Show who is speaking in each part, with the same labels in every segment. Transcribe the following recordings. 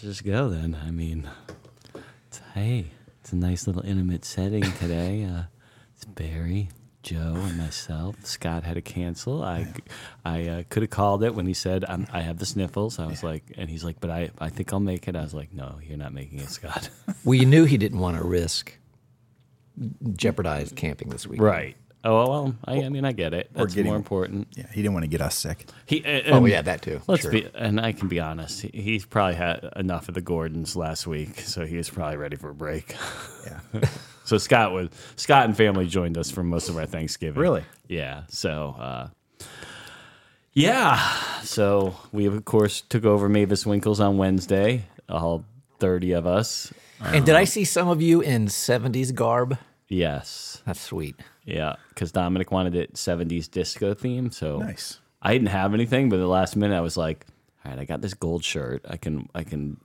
Speaker 1: just go then. I mean, it's, hey, it's a nice little intimate setting today. Uh, it's Barry, Joe, and myself. Scott had to cancel. I, I uh, could have called it when he said I'm, I have the sniffles. I was like, and he's like, but I, I think I'll make it. I was like, no, you're not making it, Scott.
Speaker 2: Well, you knew he didn't want to risk jeopardized camping this week.
Speaker 1: right. Oh well, I, I mean, I get it. That's
Speaker 3: getting-
Speaker 1: more important.
Speaker 3: Yeah, he didn't want to get us sick.
Speaker 1: He, uh,
Speaker 2: Oh
Speaker 1: um,
Speaker 2: yeah, that too.
Speaker 1: Let's
Speaker 2: Sure.
Speaker 1: be, and I can be honest. He, he's probably had enough of the Gordons last week, so he was probably ready for a break.
Speaker 3: Yeah.
Speaker 1: so Scott was Scott and family joined us for most of our Thanksgiving.
Speaker 3: Really?
Speaker 1: Yeah. So, uh, yeah. So we of course took over Mavis Winkles on Wednesday. All thirty of us.
Speaker 2: And did I see some of you in '70s garb?
Speaker 1: Yes.
Speaker 2: That's sweet.
Speaker 1: Yeah. Because Dominic wanted it '70s disco theme. So
Speaker 3: nice.
Speaker 1: I didn't have anything, but at the last minute I was like, all right, I got this gold shirt. I can I can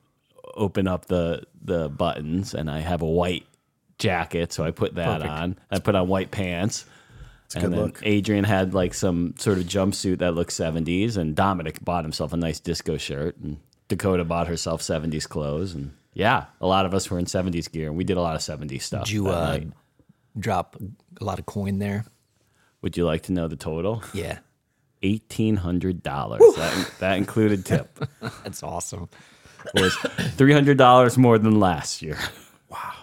Speaker 1: open up the the buttons and I have a white jacket, so I put that on. I put on white pants. It's and
Speaker 3: good
Speaker 1: then
Speaker 3: look.
Speaker 1: Adrian had like some sort of jumpsuit that looked 70s and Dominic bought himself a nice disco shirt and Dakota bought herself 70s clothes and yeah, a lot of us were in 70s gear and we did a lot of 70s stuff.
Speaker 2: Did you
Speaker 1: that
Speaker 2: uh,
Speaker 1: night.
Speaker 2: drop a lot of coin there?
Speaker 1: Would you like to know the total?
Speaker 2: Yeah,
Speaker 1: $1800. That that included tip.
Speaker 2: that's awesome.
Speaker 1: was three hundred dollars more than last year. Wow.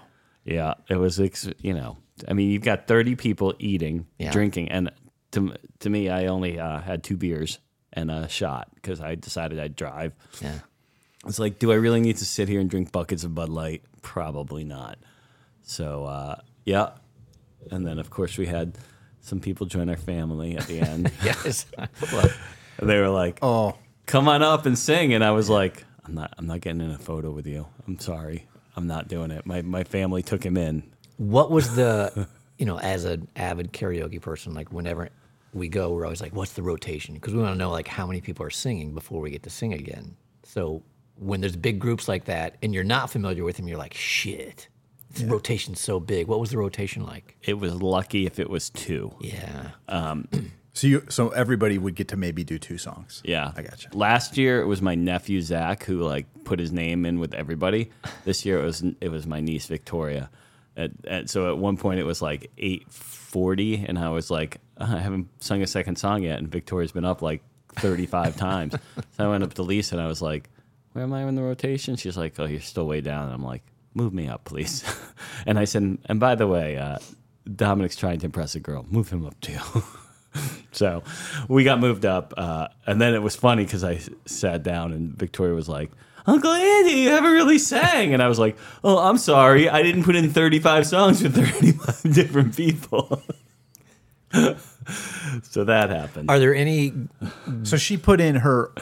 Speaker 1: Yeah, it was. Ex- you know, I mean, you've got thirty people eating,
Speaker 2: Yeah.
Speaker 1: drinking, and to to me, I only uh, had two beers and a shot because I decided I'd drive.
Speaker 2: Yeah,
Speaker 1: It's like, do I really need to sit here and drink buckets of Bud Light? Probably not. So, uh, yeah. And then, of course, we had some people join our family at the end.
Speaker 2: yes.
Speaker 1: And they were like,
Speaker 3: Oh,
Speaker 1: come on up and sing. And I was like, I'm not, I'm not getting in a photo with you. I'm sorry. I'm not doing it. My, my family took him in.
Speaker 2: what was the you know as an avid karaoke person like whenever we go we're always like what's the rotation because we want to know like how many people are singing before we get to sing again so when there's big groups like that and you're not familiar with them you're like shit this rotation's so big what was the rotation like
Speaker 1: It was lucky if it was two.
Speaker 2: yeah
Speaker 3: so you so everybody would get to maybe do two songs.
Speaker 1: Yeah.
Speaker 3: I gotcha.
Speaker 1: Last year it was my nephew Zach who like put his name in with everybody. This year it was it was my niece Victoria. At, at, so at one point it was like eight forty, and I was like, "Uh, I haven't sung a second song yet, and Victoria's been up like thirty five times. So I went up to Lisa and I was like, Where am I in the rotation? She's like, Oh, you're still way down. And I'm like, Move me up, please. and I said, And by the way, uh, Dominic's trying to impress a girl. Move him up too. So we got moved up, uh, and then it was funny because I s- sat down and Victoria was like, "Uncle Andy, you haven't really sang," and I was like, "Oh, I'm sorry, I didn't put in 35 songs with 35 different people." so that happened.
Speaker 2: are there any
Speaker 3: So she put in her.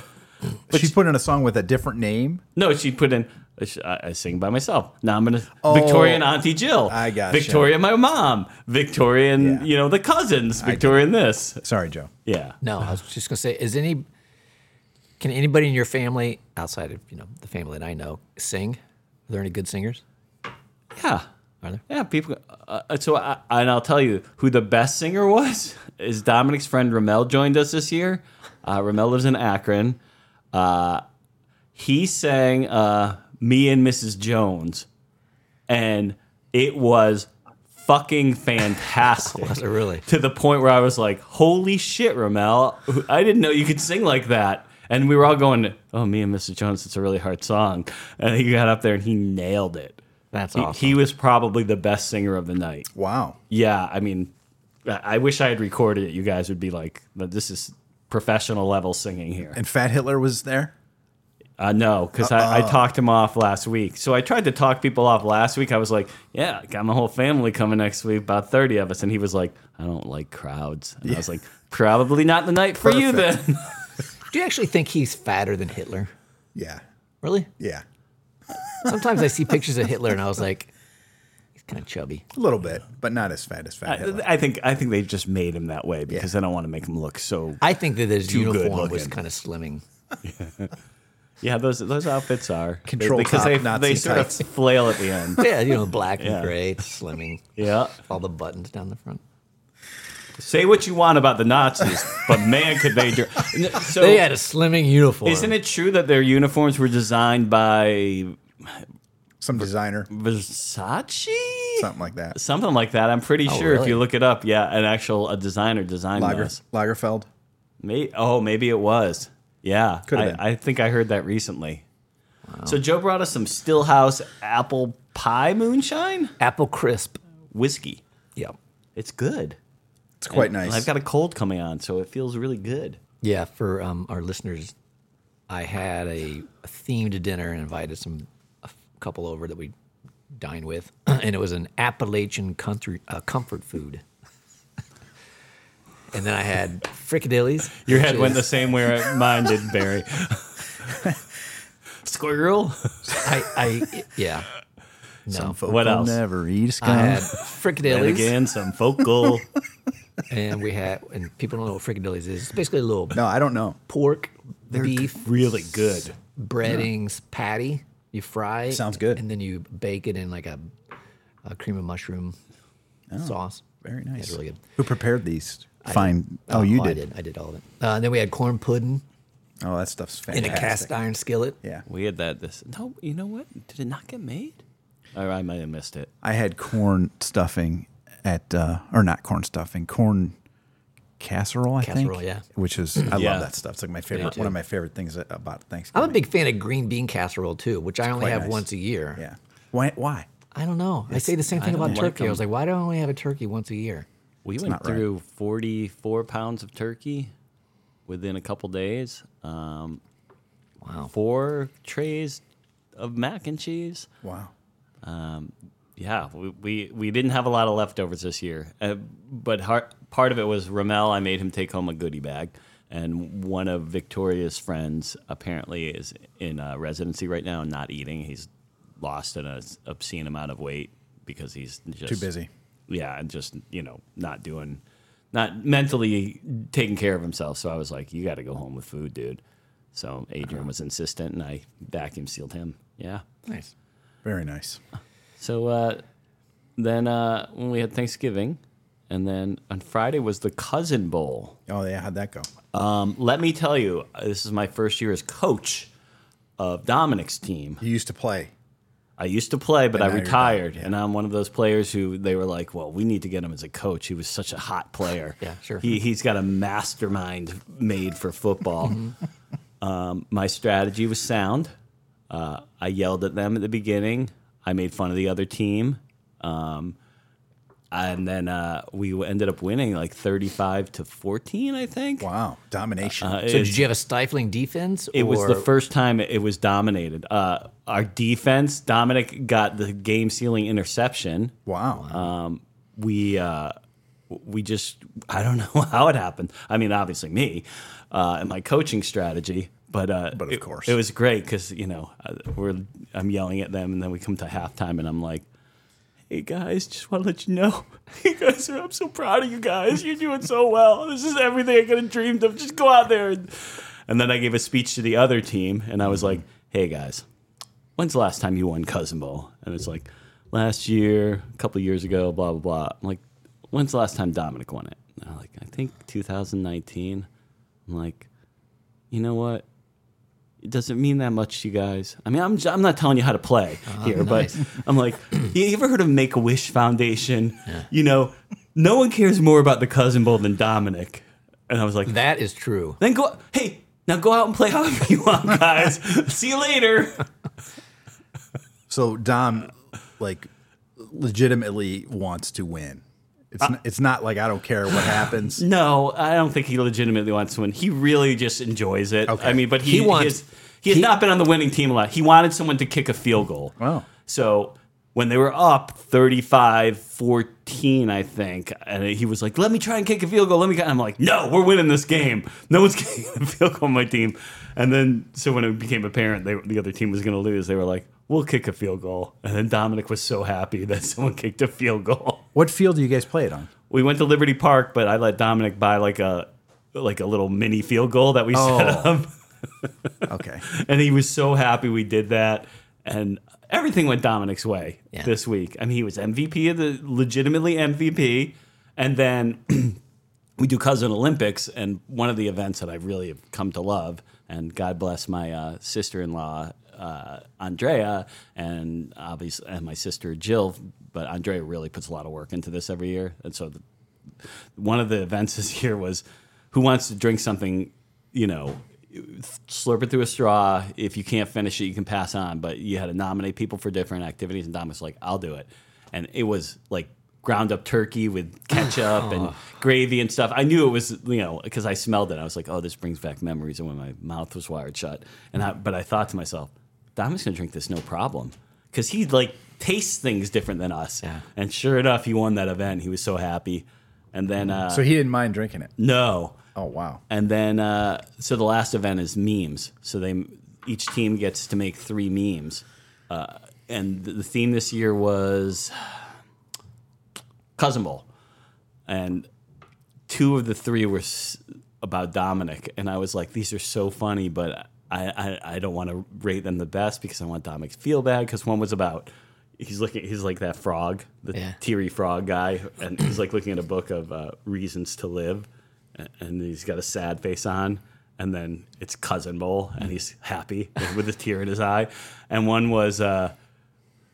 Speaker 3: she put in a song with a different name.
Speaker 1: No, she put in. uh, I, I sing by myself. Now I'm gonna Victoria and Auntie Jill.
Speaker 3: Oh, I gotcha.
Speaker 1: Victoria, my mom. Victoria and
Speaker 3: Yeah.
Speaker 1: you know the cousins. Victoria and this.
Speaker 3: Sorry, Joe.
Speaker 1: Yeah.
Speaker 2: no i was just going to say is any can anybody in your family outside of you know the family that i know sing are there any good singers
Speaker 1: Yeah.
Speaker 2: Are there?
Speaker 1: Yeah, people. Uh, uh, so, I, and I'll tell you who the best singer was is Dominic's friend Ramel joined us this year. Uh, Ramel lives in Akron. Uh, he sang uh, "Me and Mrs. Jones," and it was fucking fantastic.
Speaker 2: was it really
Speaker 1: To the point where I was like, "Holy shit, Ramel! I didn't know you could sing like that." And we were all going, "Oh, me and Mrs. Jones, it's a really hard song." And he got up there and he nailed it.
Speaker 2: that's
Speaker 1: He-
Speaker 2: awesome
Speaker 1: He was probably the best singer of the night.
Speaker 3: Wow.
Speaker 1: Yeah, I mean, I I wish I had recorded it. You guys would be like, "This is professional level singing here."
Speaker 3: And Fat Hitler was there.
Speaker 1: Uh, no, because I, I talked him off last week. So I tried to talk people off last week. I was like, "Yeah, got my whole family coming next week, about thirty of us," and he was like, "I don't like crowds," and I was like, "Probably not the night for you
Speaker 3: Perfect.
Speaker 1: then."
Speaker 2: Do you actually think he's fatter than Hitler?
Speaker 3: Yeah.
Speaker 2: Really?
Speaker 3: Yeah.
Speaker 2: Sometimes I see pictures of Hitler and I was like, he's kind of chubby.
Speaker 3: A little bit, but not as fat as Fat Hitler.
Speaker 1: I, I think I think they just made him that way because they don't want to make him look so.
Speaker 2: I think that his
Speaker 1: good
Speaker 2: uniform was
Speaker 1: looking.
Speaker 2: kind of slimming.
Speaker 1: Yeah, those those outfits are
Speaker 3: Control
Speaker 1: because
Speaker 3: top
Speaker 1: they
Speaker 3: Nazi
Speaker 1: they sort
Speaker 3: tights.
Speaker 1: of flail at the end.
Speaker 2: Yeah, you know, black and gray, it's slimming.
Speaker 1: Yeah.
Speaker 2: All the buttons down the front.
Speaker 1: Say what you want about the Nazis, but man, could they do. So,
Speaker 2: They had a slimming uniform.
Speaker 1: isn't it true that their uniforms were designed by
Speaker 3: Some designer,
Speaker 1: Versace?
Speaker 3: something like that.
Speaker 1: Something like that. I'm pretty sure if
Speaker 2: Oh, really?
Speaker 1: you look it up, yeah, an actual a designer designed
Speaker 3: Lager,
Speaker 1: those.
Speaker 3: Lagerfeld.
Speaker 1: May, oh, maybe it was. Yeah,
Speaker 3: Could've
Speaker 1: I,
Speaker 3: been.
Speaker 1: I think I heard that recently. So Joe brought us some Stillhouse apple pie moonshine
Speaker 2: Apple crisp?
Speaker 1: whiskey.
Speaker 2: Yeah.
Speaker 1: It's good.
Speaker 3: It's quite
Speaker 1: And
Speaker 3: nice.
Speaker 1: I've got a cold coming on, so it feels really good.
Speaker 2: Yeah, for um, our listeners, I had a, a themed dinner and invited some a f- couple over that we dined with, and it was an Appalachian country uh, comfort food. and then I had fricadillies.
Speaker 1: Your
Speaker 2: which
Speaker 1: head went
Speaker 2: is-
Speaker 1: the same way mine did, Barry. Squirrel.
Speaker 2: I, I yeah. No.
Speaker 3: Folk
Speaker 1: What
Speaker 3: will
Speaker 1: else?
Speaker 3: Never eat scum.
Speaker 2: I had
Speaker 1: And
Speaker 2: fricadillies,
Speaker 1: again, some focal.
Speaker 2: and we had, and people don't know what fricadillies is. It's basically a little
Speaker 3: no, I don't know.
Speaker 2: pork, beef,
Speaker 1: really good.
Speaker 2: breadings patty. You fry it.
Speaker 3: Sounds good.
Speaker 2: And then you bake it in like a, a cream of mushroom sauce.
Speaker 3: Oh, Very
Speaker 2: It's
Speaker 3: nice.
Speaker 2: really good.
Speaker 3: Who prepared these? Fine. Oh, you
Speaker 2: I
Speaker 3: did.
Speaker 2: did. I did all of it. Uh, and then we had corn pudding
Speaker 3: Oh, that stuff's
Speaker 2: in
Speaker 3: fantastic.
Speaker 2: a cast iron skillet.
Speaker 3: Yeah.
Speaker 1: We had that. This no, you know what? Did it not get made? Or I might have missed it.
Speaker 3: I had corn stuffing at uh or not corn stuffing, corn casserole, I
Speaker 2: Casserole,
Speaker 3: think.
Speaker 2: yeah.
Speaker 3: Which is I
Speaker 1: Yeah.
Speaker 3: love that stuff. It's like my favorite
Speaker 2: too.
Speaker 3: one of my favorite things about
Speaker 2: I'm
Speaker 3: Thanksgiving.
Speaker 2: a big fan of green bean casserole too, which I only
Speaker 3: quite
Speaker 2: have
Speaker 3: nice.
Speaker 2: once a year.
Speaker 3: yeah. Why why?
Speaker 2: I don't know. I say the same
Speaker 1: I
Speaker 2: thing
Speaker 1: don't
Speaker 2: about
Speaker 1: like
Speaker 2: turkey. I was like, why do I only have a turkey once a year?
Speaker 1: We went
Speaker 3: not right.
Speaker 1: through 44 pounds of turkey within a couple days. Um,
Speaker 2: Wow.
Speaker 1: Four trays of mac and cheese.
Speaker 3: Wow.
Speaker 1: Yeah, we, we, we didn't have a lot of leftovers this year. Uh, but har part of it was Ramel, I made him take home a goodie bag. And one of Victoria's friends apparently is in uh, residency right now and not eating. He's lost an obs- obscene amount of weight because he's just
Speaker 3: Too busy.
Speaker 1: yeah, and just you know, not doing, not mentally taking care of himself. So I was like, you got to go home with food, dude. So
Speaker 3: Uh-huh.
Speaker 1: Adrian was insistent, and I vacuum sealed him. Yeah.
Speaker 2: Nice.
Speaker 3: Very nice.
Speaker 1: So uh, then uh, when we had Thanksgiving, and then on Friday was the cousin bowl.
Speaker 3: Oh yeah, how'd that go?
Speaker 1: Um, let me tell you, uh, this is my first year as coach of Dominic's team.
Speaker 3: You used to play.
Speaker 1: I used to play, but I
Speaker 3: now you're
Speaker 1: retired, and I'm one of those players who they were like, "Well, we need to get him as a coach. He was such a hot player.
Speaker 2: Yeah, sure.
Speaker 1: He he's got a mastermind made for football." um, my strategy was sound. Uh, I yelled at them at the beginning. I made fun of the other team, um, and then uh, we ended up winning like 35 to 14, I think.
Speaker 3: Wow. Domination.
Speaker 2: So did you have a stifling defense?
Speaker 1: It was the
Speaker 2: or-
Speaker 1: first time it was dominated. Uh, our defense, Dominic got the game sealing interception.
Speaker 3: wow.
Speaker 2: uh,
Speaker 1: We uh, we just I don't know how it happened. I mean, obviously me uh, and my coaching strategy, but uh,
Speaker 3: But of
Speaker 1: it-
Speaker 3: course.
Speaker 1: it, was great because you know uh, we're I'm yelling at them, and then we come to halftime, and I'm like. Hey guys, just want to let you know, you guys are. I'm so proud of you guys. You're doing so well. This is everything I could have dreamed of. Just go out there. And, and then I gave a speech to the other team, and I was like, "Hey guys, when's the last time you won Cousin Bowl?" And it's like, last year, a couple years ago, blah blah blah. I'm like, when's the last time Dominic won it? And I'm like, I think 2019. I'm like, you know what? It doesn't mean that much to you guys. I mean, I'm, j- I'm not telling you how to play here, but I'm like, you ever heard of Make a Wish Foundation? You know, no one cares more about the Cousin Bowl than Dominic. And I was like,
Speaker 2: That is true.
Speaker 1: then go. Hey, now go out and play however you want, guys. See you later.
Speaker 3: so Dom like legitimately wants to win. It's
Speaker 2: Uh,
Speaker 3: n it's not like I don't care what happens.
Speaker 1: No, I don't think he legitimately wants to win. He really just enjoys it.
Speaker 3: Okay.
Speaker 1: I mean, but he,
Speaker 2: He wants-
Speaker 1: He has, he has
Speaker 2: he-
Speaker 1: not been on the winning team a lot. He wanted someone to kick a field goal.
Speaker 3: Wow.
Speaker 1: So when they were up 35 14, I think, and he was like, let me try and kick a field goal. Let me. go." I'm like, no, we're winning this game. No one's kicking a field goal on my team. And then, so when it became apparent they, the other team was going to lose, they were like, we'll kick a field goal. And then Dominic was so happy that someone kicked a field goal.
Speaker 3: What field do you guys play it on?
Speaker 1: We went to Liberty Park, but I let Dominic buy like a like a little mini field goal that we set up,
Speaker 3: Okay.
Speaker 1: and he was so happy we did that, and everything went Dominic's way
Speaker 2: Yeah.
Speaker 1: this week. I mean, he was MVP of the legitimately MVP, and then we do cousin Olympics, and one of the events that I really have come to love, and God bless my uh, sister-in-law uh, Andrea, and obviously and my sister Jill, but Andrea really puts a lot of work into this every year, and so the, one of the events this year was who wants to drink something, you know. Slurp it through a straw. If you can't finish it, you can pass on. But you had to nominate people for different activities, and Dom was like, "I'll do it," and it was like ground up turkey with ketchup and gravy and stuff. I knew it was, you know, because I smelled it. I was like, oh, this brings back memories of when my mouth was wired shut. And I, but I thought to myself, Dom's gonna drink this no problem because he like tastes things different than us.
Speaker 2: Yeah.
Speaker 1: And sure enough, he won that event. He was so happy. And then uh,
Speaker 3: So he didn't mind drinking it.
Speaker 1: no,
Speaker 3: Mm-hmm. Oh wow.
Speaker 1: and then uh, so the last event is memes. So they each team gets to make three memes, uh, and th- the theme this year was cousin bowl, and two of the three were s- about Dominic, and I was like, these are so funny, but I I, I don't want to rate them the best because I want Dominic to feel bad because one was about. He's looking. He's like that frog, the
Speaker 2: Yeah.
Speaker 1: teary frog guy, and he's like looking at a book of uh, reasons to live, a- and he's got a sad face on, and then it's cousin bowl, and he's happy with a tear in his eye, and one was. Uh,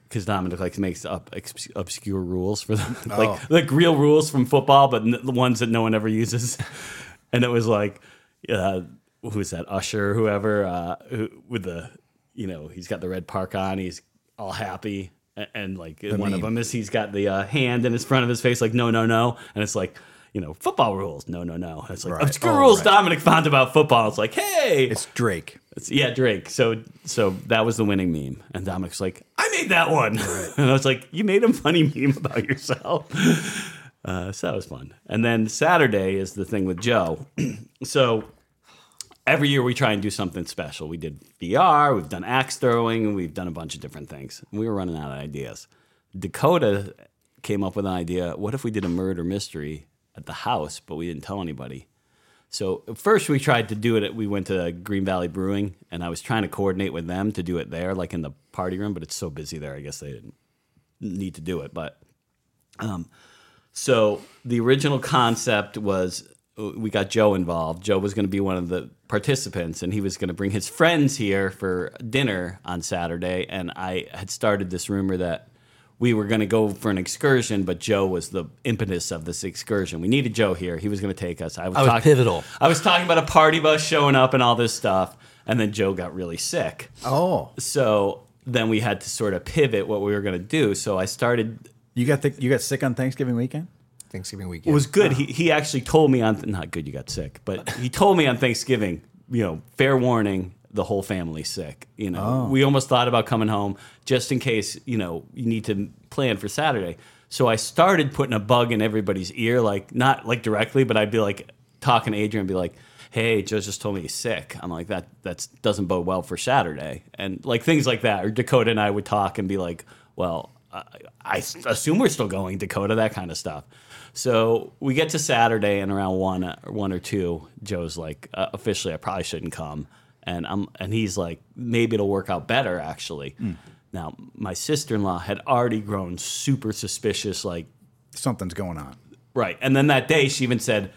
Speaker 1: because Dominic like makes up ex- obscure rules for them, like
Speaker 3: Oh.
Speaker 1: like real rules from football, but n- the ones that no one ever uses. and it was like, uh, who was that Usher, whoever, uh, who, with the, you know, he's got the red park on, he's all happy, and, and like one of
Speaker 3: meme.
Speaker 1: them is he's got the uh, hand in his front of his face, like no, no, no, and it's like. You know, football rules. No, no, no. It's like
Speaker 3: Right.
Speaker 1: obscure
Speaker 3: Oh,
Speaker 1: rules
Speaker 3: right.
Speaker 1: Dominic found about football. It's like, hey,
Speaker 3: It's Drake.
Speaker 1: it's- yeah, Drake. So so that was the winning meme, and Dominic's like, I made that one, and I was like, you made a funny meme about yourself. Uh, so that was fun. And then Saturday is the thing with Joe. so every year we try and do something special. We did VR, we've done axe throwing, and we've done a bunch of different things. We were running out of ideas. Dakota came up with an idea. What if we did a murder mystery at the house, but we didn't tell anybody? So first we tried to do it. At, we went to Green Valley Brewing, and I was trying to coordinate with them to do it there, like in the party room. But it's so busy there. I guess they didn't need to do it. But um, so the original concept was uh, we got Joe involved. Joe was going to be one of the participants, and he was going to bring his friends here for dinner on Saturday. And I had started this rumor that we were going to go for an excursion, but Joe was the impetus of this excursion. We needed Joe here. He was going to take us. I was,
Speaker 2: I was
Speaker 1: talk-
Speaker 2: pivotal.
Speaker 1: I was talking about a party bus showing up and all this stuff, and then Joe got really sick.
Speaker 3: Oh,
Speaker 1: So then we had to sort of pivot what we were going to do. So I started
Speaker 3: you got th- you got sick on Thanksgiving weekend.
Speaker 2: Thanksgiving
Speaker 1: It
Speaker 2: weekend.
Speaker 1: was good. He, he actually told me on not good. You got sick, but he told me on Thanksgiving. You know, fair warning. The whole family's sick. You know, we almost thought about coming home just in case. You know, you need to plan for Saturday. So I started putting a bug in everybody's ear, like not like directly, but I'd be like talking to Adrian, and be like, "Hey, Joe just told me he's sick." I'm like, "That that doesn't bode well for Saturday," and like things like that. Or Dakota and I would talk and be like, "Well, I, I s- assume we're still going Dakota, that kind of stuff. So we get to Saturday and around one, uh, one or two, Joe's like, uh, officially, I probably shouldn't come, and I'm, and he's like, maybe it'll work out better actually.
Speaker 3: Hmm.
Speaker 1: Now, my sister in law had already grown super suspicious, like
Speaker 3: Something's going on.
Speaker 1: right, and then that day she even said,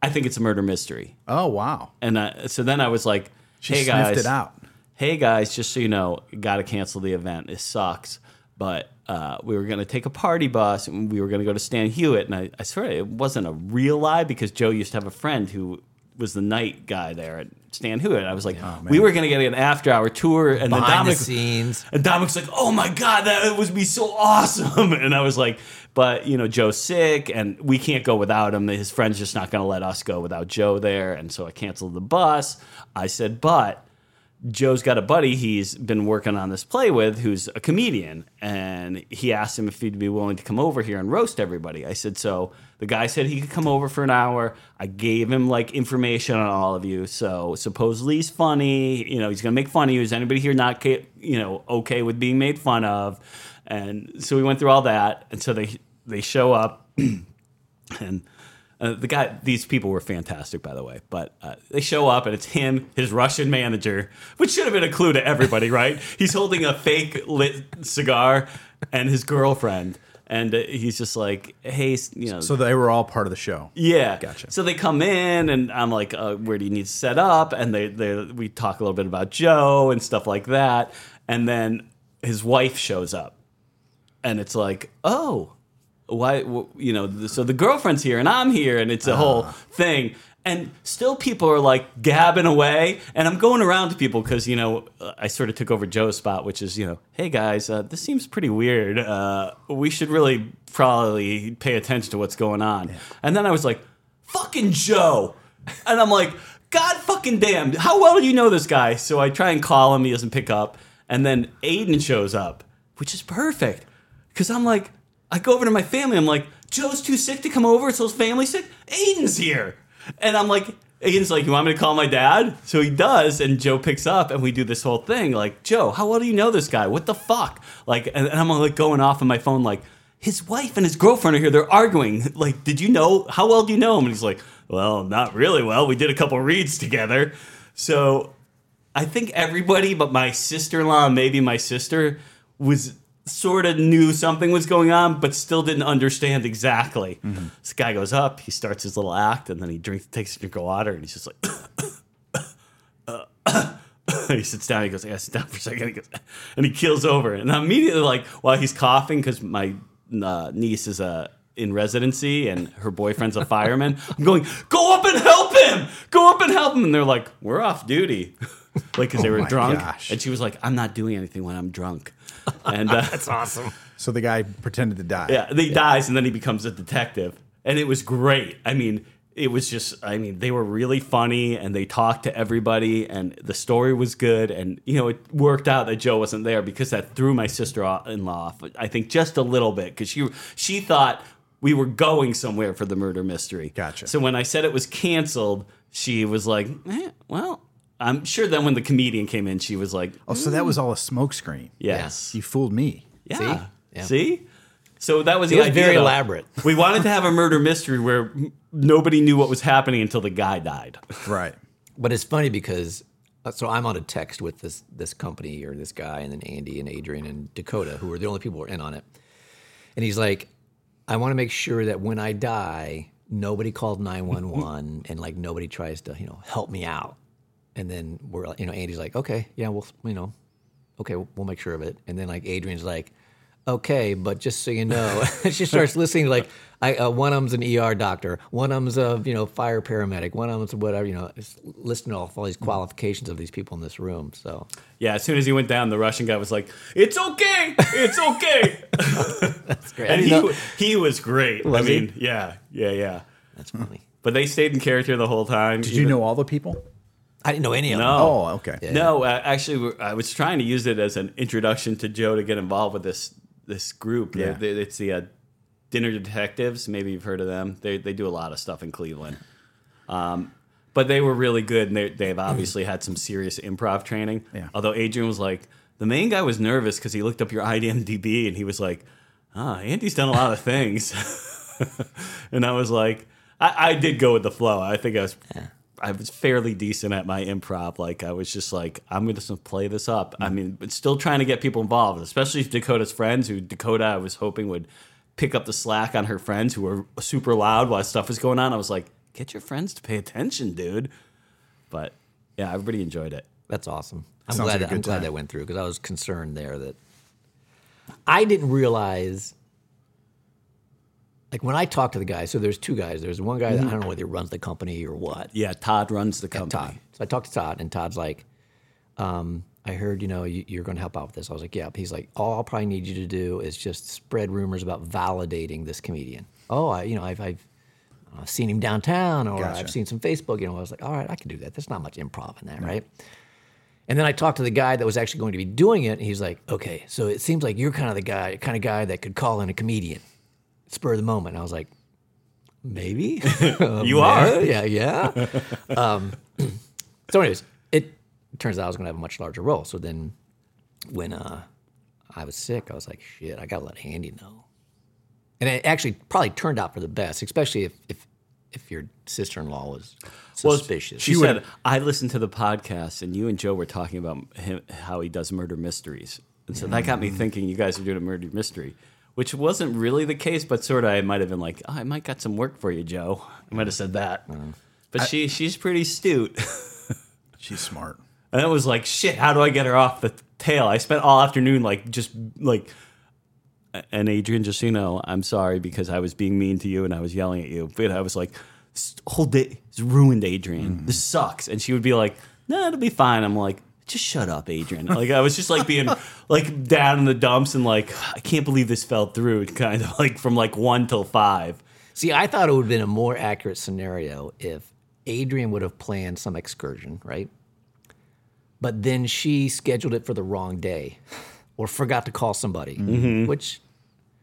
Speaker 1: I think it's a murder mystery,
Speaker 3: Oh wow.
Speaker 1: and I, so then I was like,
Speaker 3: She
Speaker 1: Hey
Speaker 3: sniffed
Speaker 1: guys,
Speaker 3: it out.
Speaker 1: hey guys, just so you know, got to cancel the event. It sucks. But uh, we were going to take a party bus and we were going to go to Stan Hewitt. And I, I swear it wasn't a real lie because Joe used to have a friend who was the night guy there at Stan Hewitt. I was like, we were going to get an after hour tour. And then
Speaker 2: Oh, Behind the
Speaker 1: Dominic,
Speaker 2: scenes.
Speaker 1: and Dominic's like, "Oh my god, that was be so awesome!" And I was like, "But you know, Joe's sick, and we can't go without him. His friend's just not going to let us go without Joe there." And so I canceled the bus. I said, "But Joe's got a buddy he's been working on this play with, who's a comedian, and he asked him if he'd be willing to come over here and roast everybody." I said, "So." The guy said he could come over for an hour. I gave him like information on all of you. So supposedly he's funny. You know, he's gonna make fun of you. Is anybody here not ca- you know okay with being made fun of? And so we went through all that. And so they they show up, and uh, the guy. These people were fantastic, by the way. But uh, they show up, and it's him, his Russian manager, which should have been a clue to everybody, right? He's holding a fake lit cigar, and his girlfriend. and uh, he's just like, "Hey, s- you know."
Speaker 3: So they were all part of the show.
Speaker 1: yeah,
Speaker 3: Gotcha.
Speaker 1: So they come in, and I'm like, uh, "Where do you need to set up?" And they, they we talk a little bit about Joe and stuff like that, and then his wife shows up, and it's like, "Oh, why?" wh- You know, th- so the girlfriend's here, and I'm here, and it's a whole thing. And still, people are like gabbing away, and I'm going around to people because you know uh, I sort of took over Joe's spot, which is you know, hey guys, uh, this seems pretty weird. Uh, we should really probably pay attention to what's going on. And then I was like, fucking Joe. And I'm like, God fucking damn, how well do you know this guy? So I try and call him, he doesn't pick up. And then Aiden shows up, which is perfect. Cause I'm like, I go over to my family, I'm like, Joe's too sick to come over, so his family's sick. Aiden's here. And I'm like, Aiden's like, you want me to call my dad? So he does, and Joe picks up, and we do this whole thing. Like, Joe, how well do you know this guy? What the fuck? Like, and, and I'm like going off on my phone, like, his wife and his girlfriend are here. They're arguing. Like, did you know? How well do you know him? And he's like, well, not really well. We did a couple reads together. So I think everybody but my sister in law and maybe my sister was sort of knew something was going on, but still didn't understand exactly. This guy goes up, he starts his little act, and then he drinks, takes a drink of water, and he's just like, he sits down. He goes, "I gotta sit down for a second. He goes, and he keels over. And I'm immediately like, while he's coughing, because my uh, niece is uh, in residency and her boyfriend's a fireman. I'm going, go up and help him. Go up and help him. And they're like, we're off duty, like because they were
Speaker 3: Oh my
Speaker 1: drunk.
Speaker 3: gosh.
Speaker 1: And she was like, I'm not doing anything when I'm drunk. And uh,
Speaker 2: That's awesome.
Speaker 3: So the guy pretended to die.
Speaker 1: yeah, he dies and then he becomes a detective. And it was great. I mean, it was just I mean, they were really funny and they talked to everybody and the story was good and you know, it worked out that Joe wasn't there because that threw my sister-in-law off I think just a little bit cuz she she thought we were going somewhere for the murder mystery.
Speaker 3: Gotcha.
Speaker 1: So when I said it was canceled, she was like, eh, "Well, I'm sure then when the comedian came in, she was like,
Speaker 3: Oh, so that was all a smokescreen.
Speaker 1: yes.
Speaker 3: You fooled me.
Speaker 1: Yeah.
Speaker 2: See? Yeah.
Speaker 1: See? So that was
Speaker 2: It
Speaker 1: the
Speaker 2: was
Speaker 1: idea,
Speaker 2: very
Speaker 1: though.
Speaker 2: elaborate.
Speaker 1: we wanted to have a murder mystery where m- nobody knew what was happening until the guy died.
Speaker 3: Right.
Speaker 2: But it's funny because uh, so I'm on a text with this this company or this guy, and then Andy and Adrian and Dakota, who are the only people who are in on it. And he's like, I want to make sure that when I die, nobody called 911 and like nobody tries to, you know, help me out. And then we're, like- you know, Andy's like, okay, yeah, we'll, you know, okay, we'll, we'll make sure of it. And then like Adrian's like, okay, but just so you know, she starts listening to, like, I, uh, one of them's an ER doctor, one of them's a you know fire paramedic, one of them's whatever, you know, just listing off all these qualifications of these people in this room. So
Speaker 1: Yeah, as soon as he went down, the Russian guy was like, It's okay. It's okay.
Speaker 2: that's great.
Speaker 1: and he, w- he was great. I
Speaker 2: Was he?
Speaker 1: mean, yeah, yeah, yeah.
Speaker 2: that's
Speaker 3: Hmm.
Speaker 2: funny.
Speaker 1: But they stayed in character the whole time.
Speaker 3: Did you know all the people?
Speaker 2: I didn't know any of them.
Speaker 1: No.
Speaker 3: Oh, okay.
Speaker 1: No, uh, actually, we're- I was trying to use it as an introduction to Joe to get involved with this this group.
Speaker 3: Yeah.
Speaker 1: They- they- it's the uh, Dinner Detectives. Maybe you've heard of them. They they do a lot of stuff in Cleveland. Um, but they were really good, and they- they've obviously had some serious improv training.
Speaker 3: Yeah.
Speaker 1: Although Adrian was like, the main guy was nervous because he looked up your IMDb and he was like, "Ah, Andy's done a lot of things." and I was like, I, I did go with the flow. I think I was, I was fairly decent at my improv. Like I was just like, I'm going to play this up. I mean, but still trying to get people involved, especially Dakota's friends, who Dakota I was hoping would pick up the slack on her friends who were super loud while stuff was going on. I was like, get your friends to pay attention, dude. But yeah, everybody enjoyed it.
Speaker 2: That's awesome. I'm
Speaker 3: Sounds
Speaker 2: glad
Speaker 3: like a
Speaker 2: that, I'm
Speaker 3: good
Speaker 2: glad
Speaker 3: time.
Speaker 2: that went through because I was concerned there that I didn't realize. Like when I talked to the guy, so there's two guys. There's one guy that
Speaker 3: Mm-hmm.
Speaker 2: I don't know whether he runs the company or what.
Speaker 1: Yeah, Todd runs the company.
Speaker 2: Todd. So I talked to Todd, and Todd's like, um, I heard, you know, you, you're going to help out with this. I was like, yeah. He's like, all I'll probably need you to do is just spread rumors about validating this comedian. Oh, I, you know, I've, I've uh, seen him downtown or
Speaker 3: Gotcha.
Speaker 2: I've seen some Facebook. You know, I was like, all right, I can do that. There's not much improv in that, right? And then I talked to the guy that was actually going to be doing it, and he's like, okay, so it seems like you're kind of the guy, kind of guy that could call in a comedian, spur of the moment. And I was like, maybe.
Speaker 1: You are.
Speaker 2: Oh, Yeah, yeah. yeah. um, so, anyways, it turns out I was going to have a much larger role. So then, when uh, I was sick, I was like, "Shit, I got to let Andy know." And it actually probably turned out for the best, especially if if, if your sister in law was suspicious.
Speaker 1: She said, "I listened to the podcast, and you and Joe were talking about him, how he does murder mysteries, and so that got me thinking. You guys are doing a murder mystery. which wasn't really the case, but sort of I might have been like, oh, I might got some work for you, Joe. I might have said that. But she she's pretty astute.
Speaker 3: She's smart.
Speaker 1: And I was like, shit, how do I get her off the tail? I spent all afternoon like just like and Adrian, just so you know, I'm sorry because I was being mean to you and I was yelling at you. But I was like, this whole day is ruined, Adrian. This sucks. And she would be like, no, it'll be fine. I'm like, just shut up, Adrian. like I was just like being like down in the dumps and like I can't believe this fell through. Kind of like from like one till five.
Speaker 2: See, I thought it would have been a more accurate scenario if Adrian would have planned some excursion, right? But then she scheduled it for the wrong day or forgot to call somebody, which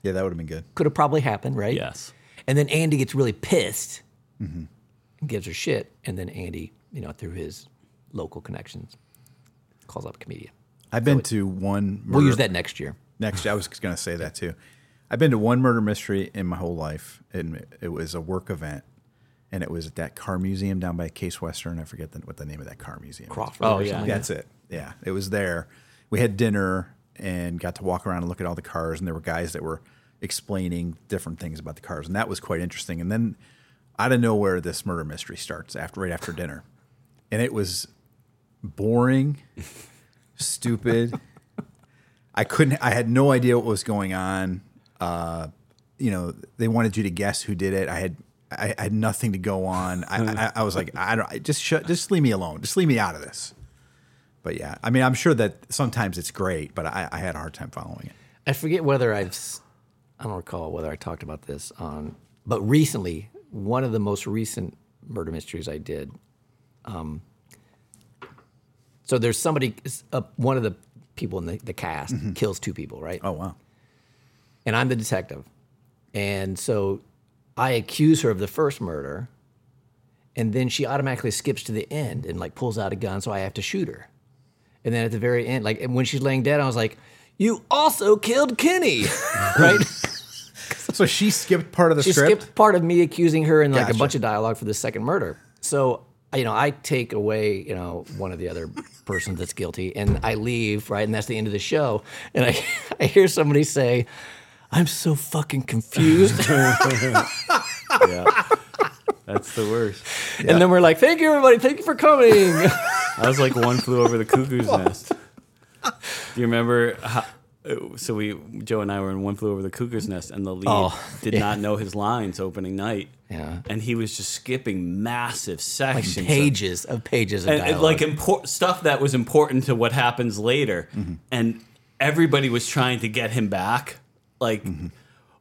Speaker 3: Yeah, that would have been good.
Speaker 2: could have probably happened, right?
Speaker 1: Yes.
Speaker 2: And then Andy gets really pissed
Speaker 3: Mm-hmm.
Speaker 2: and gives her shit. And then Andy, you know, through his local connections, calls up a comedian.
Speaker 3: I've been to one. Murder,
Speaker 2: We'll use that next year.
Speaker 3: next. I was going to say that too. I've been to one murder mystery in my whole life, and it was a work event, and it was at that car museum down by Case Western. I forget the, what the name of that car museum. is.
Speaker 2: Crawford. Oh,
Speaker 1: yeah.
Speaker 3: That's it. Yeah, it was there. We had dinner and got to walk around and look at all the cars, and there were guys that were explaining different things about the cars, and that was quite interesting. And then out of nowhere, this murder mystery starts after right after dinner, and it was boring, stupid. I couldn't. I had no idea what was going on. Uh, you know, they wanted you to guess who did it. I had. I, I had nothing to go on. I, I, I was like, I don't. I just shut. Just leave me alone. Just leave me out of this. But yeah, I mean, I'm sure that sometimes it's great, but I, I had a hard time following it.
Speaker 2: I forget whether I've, s- I don't recall whether I talked about this on, but recently, one of the most recent murder mysteries I did. Um, so there's somebody, uh, one of the people in the, the cast
Speaker 3: Mm-hmm.
Speaker 2: kills two people, right?
Speaker 3: Oh wow,
Speaker 2: and I'm the detective. And so I accuse her of the first murder, and then she automatically skips to the end and like pulls out a gun, so I have to shoot her. And then at the very end, like and when she's laying dead, I was like, "You also killed Kenny, right?"
Speaker 3: so she skipped part of the
Speaker 2: she
Speaker 3: script.
Speaker 2: skipped part of me accusing her and like
Speaker 3: Gotcha.
Speaker 2: a bunch of dialogue for the second murder. So you know, I take away you know one of the other person that's guilty, and I leave right, and that's the end of the show. And I I hear somebody say, "I'm so fucking confused."
Speaker 1: That's the worst.
Speaker 2: And then we're like, thank you, everybody. Thank you for coming.
Speaker 1: I was like one flew over the cuckoo's nest. Do you remember? How, so we, Joe and I were in One Flew Over the Cuckoo's Nest, and the lead
Speaker 2: Oh,
Speaker 1: did not know his lines opening night.
Speaker 2: Yeah.
Speaker 1: and he was just skipping massive
Speaker 2: like
Speaker 1: sections, of-
Speaker 2: pages of pages of
Speaker 1: and,
Speaker 2: dialogue.
Speaker 1: and, like import, stuff that was important to what happens later. And everybody was trying to get him back, like.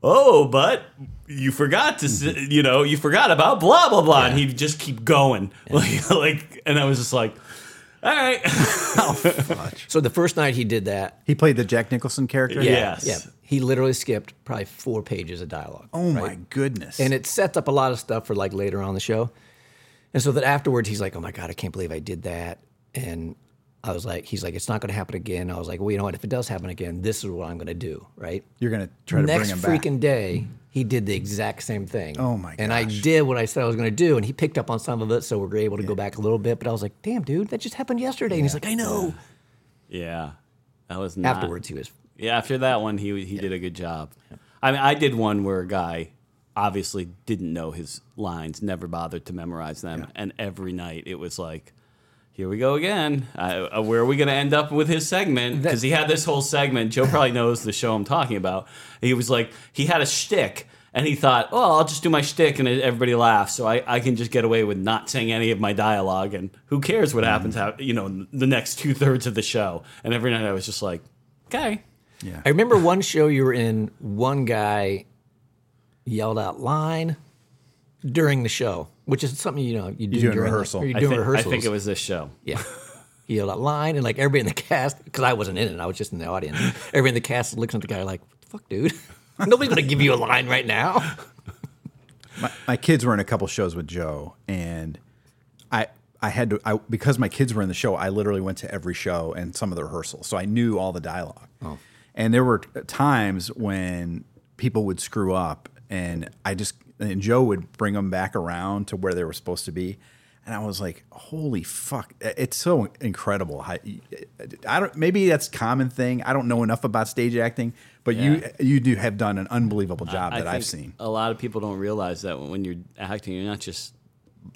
Speaker 1: Oh, but you forgot to, s you know, you forgot about blah blah blah, and he'd just keep going, like, like, and I was just like, all right,
Speaker 2: so the first night he did that,
Speaker 3: he played the Jack Nicholson character.
Speaker 1: Yes.
Speaker 2: yeah, he literally skipped probably four pages of dialogue.
Speaker 3: Oh my goodness.
Speaker 2: And it sets up a lot of stuff for like later on in the show. And so that afterwards, he's like, oh my God, I can't believe I did that. And I was like, he's like, it's not going to happen again. I was like, well, you know what? If it does happen again, this is what I'm going to do, right?
Speaker 3: You're gonna try to
Speaker 2: next
Speaker 3: bring him back.
Speaker 2: freaking day, he did the exact same thing.
Speaker 3: Oh my
Speaker 2: And I
Speaker 3: gosh.
Speaker 2: did what I said I was going to do, and he picked up on some of it, so we were able to go back a little bit. But I was like, "Damn, dude, that just happened yesterday." And he's like, "I know."
Speaker 1: Yeah, that was not,
Speaker 2: Afterwards, he was
Speaker 1: Yeah, after that one, he he did a good job. I mean, I did one where a guy obviously didn't know his lines, never bothered to memorize them, and every night it was like. Here we go again. Uh, uh, where are we going to end up with his segment? Because he had this whole segment. Joe probably knows the show I'm talking about. He was like, he had a shtick, and he thought, "Oh, I'll just do my shtick, and everybody laughs, so I, I can just get away with not saying any of my dialogue, and who cares what happens? How, you know, the next two thirds of the show." And every night I was just like, "Okay,
Speaker 2: I remember one show you were in, one guy yelled out line during the show, which is something you know you do
Speaker 3: do in
Speaker 2: during
Speaker 3: rehearsal.
Speaker 2: Or you
Speaker 1: I
Speaker 2: do in
Speaker 1: think-
Speaker 2: rehearsals.
Speaker 1: I think it was this show.
Speaker 2: Yeah. He yelled out line, and like everybody in the cast, because I wasn't in it, I was just in the audience. Everybody in the cast looks at the guy like, what the fuck, dude. Nobody's going to give you a line right now.
Speaker 3: my, my kids were in a couple shows with Joe, and I I had to I because my kids were in the show. I literally went to every show and some of the rehearsals, so I knew all the dialogue.
Speaker 1: Oh.
Speaker 3: And there were times when people would screw up, and I just and Joe would bring them back around to where they were supposed to be. and I was like, "Holy fuck! It's so incredible." I, I don't. Maybe that's a common thing. I don't know enough about stage acting, but
Speaker 1: Yeah.
Speaker 3: you you do have done an unbelievable job that I've
Speaker 1: think
Speaker 3: seen.
Speaker 1: A lot of people don't realize that when you're acting, you're not just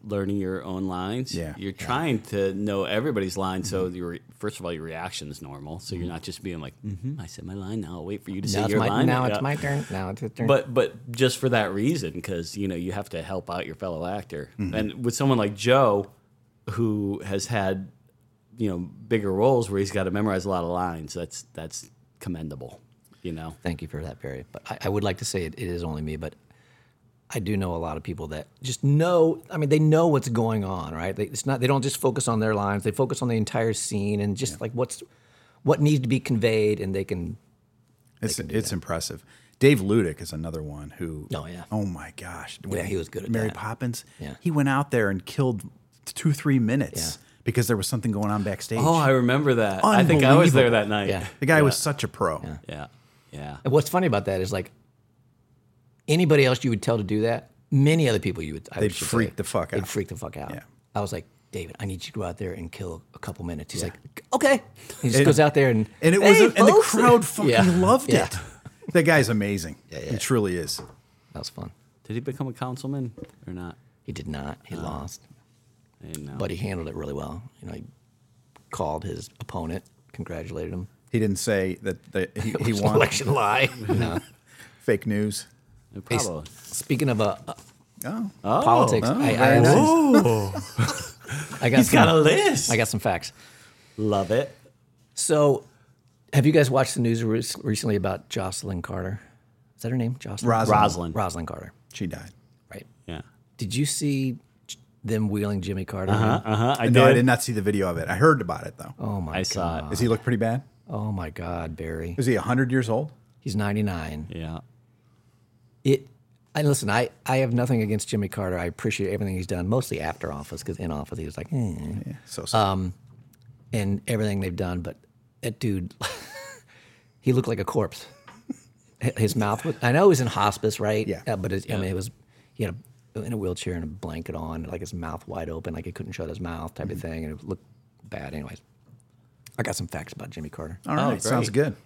Speaker 1: learning your own lines.
Speaker 3: Yeah.
Speaker 1: You're trying to know everybody's line. So your first of all, your reaction is normal. So you're not just being like, mm-hmm, I said my line. Now I'll wait for you to
Speaker 2: Now,
Speaker 1: say
Speaker 2: it's
Speaker 1: your
Speaker 2: my,
Speaker 1: line.
Speaker 2: now
Speaker 1: Yeah.
Speaker 2: it's my turn. Now it's his turn.
Speaker 1: But but just for that reason, because you know you have to help out your fellow actor,
Speaker 2: Mm-hmm.
Speaker 1: and with someone like Joe, who has had you know bigger roles where he's got to memorize a lot of lines, that's that's commendable. You know,
Speaker 2: Thank you for that, Barry. But I, I would like to say it, it is only me, but I do know a lot of people that just know. I mean, they know what's going on, right? They, it's not. They don't just focus on their lines. They focus on the entire scene and just like what's what needs to be conveyed, and they can.
Speaker 3: It's it's impressive. Dave Ludick is another one who.
Speaker 2: Oh, yeah.
Speaker 3: Oh my gosh. When
Speaker 2: Yeah, he was good at
Speaker 3: Mary
Speaker 2: that.
Speaker 3: Poppins.
Speaker 2: Yeah.
Speaker 3: He went out there and killed two three minutes
Speaker 2: Yeah.
Speaker 3: because there was something going on backstage.
Speaker 1: Oh, I remember that. I think I was there that night.
Speaker 2: Yeah.
Speaker 3: the guy was such a pro.
Speaker 1: Yeah. Yeah.
Speaker 2: And what's funny about that is like anybody else you would tell to do that, many other people you would. I
Speaker 3: They'd
Speaker 2: should
Speaker 3: freak the fuck
Speaker 2: They'd
Speaker 3: out.
Speaker 2: freak the fuck out.
Speaker 3: Yeah.
Speaker 2: I was like, David, I need you to go out there and kill a couple minutes. He's like, okay. He just goes out there and
Speaker 3: And it
Speaker 2: "Hey,
Speaker 3: was and the
Speaker 2: folks."
Speaker 3: crowd fucking
Speaker 2: Yeah.
Speaker 3: loved
Speaker 2: Yeah.
Speaker 3: it. That guy's amazing.
Speaker 2: yeah.
Speaker 3: He truly is.
Speaker 2: That was fun.
Speaker 1: Did he become a councilman or not?
Speaker 2: He did not.
Speaker 3: Uh,
Speaker 2: He lost,
Speaker 1: I didn't know.
Speaker 2: but he handled it really well. You know, he called his opponent, congratulated him.
Speaker 3: He didn't say that the, he, he
Speaker 2: It's an
Speaker 3: won.
Speaker 2: election lie. no.
Speaker 3: Fake news.
Speaker 1: Uh, probably.
Speaker 2: Speaking of uh, uh,
Speaker 3: Oh,
Speaker 2: politics,
Speaker 3: oh,
Speaker 2: I, I,
Speaker 3: very nice.
Speaker 2: I got some,
Speaker 1: list.
Speaker 2: I got some facts.
Speaker 1: Love it.
Speaker 2: So, have you guys watched the news re- recently about Jocelyn Carter? Is that her name? Jocelyn.
Speaker 3: Ros-
Speaker 1: Roslyn.
Speaker 2: Rosalind Carter.
Speaker 3: she died.
Speaker 2: Right.
Speaker 1: Yeah.
Speaker 2: Did you see them wheeling Jimmy Carter?
Speaker 1: Uh huh. I
Speaker 3: No,
Speaker 1: did.
Speaker 3: I did not see the video of it. I heard about it though.
Speaker 2: Oh my
Speaker 1: I
Speaker 2: god.
Speaker 1: saw it.
Speaker 3: Does he look pretty bad?
Speaker 2: Oh my god, Barry.
Speaker 3: Is he hundred years old?
Speaker 2: He's 99.
Speaker 1: Yeah.
Speaker 2: it I listen, I, I have nothing against Jimmy Carter. I appreciate everything he's done, mostly after office, because in office he was like, eh,
Speaker 3: So, so.
Speaker 2: and everything they've done. But that dude, he looked like a corpse. H- His mouth was, I know he was in hospice, right?
Speaker 3: Yeah.
Speaker 2: Uh, but his, I mean, it was, he had a, in a wheelchair and a blanket on, like his mouth wide open, like he couldn't shut his mouth type of thing. And it looked bad. Anyways, Mm-hmm. I got some facts about Jimmy Carter.
Speaker 3: all right,
Speaker 1: great.
Speaker 3: sounds good.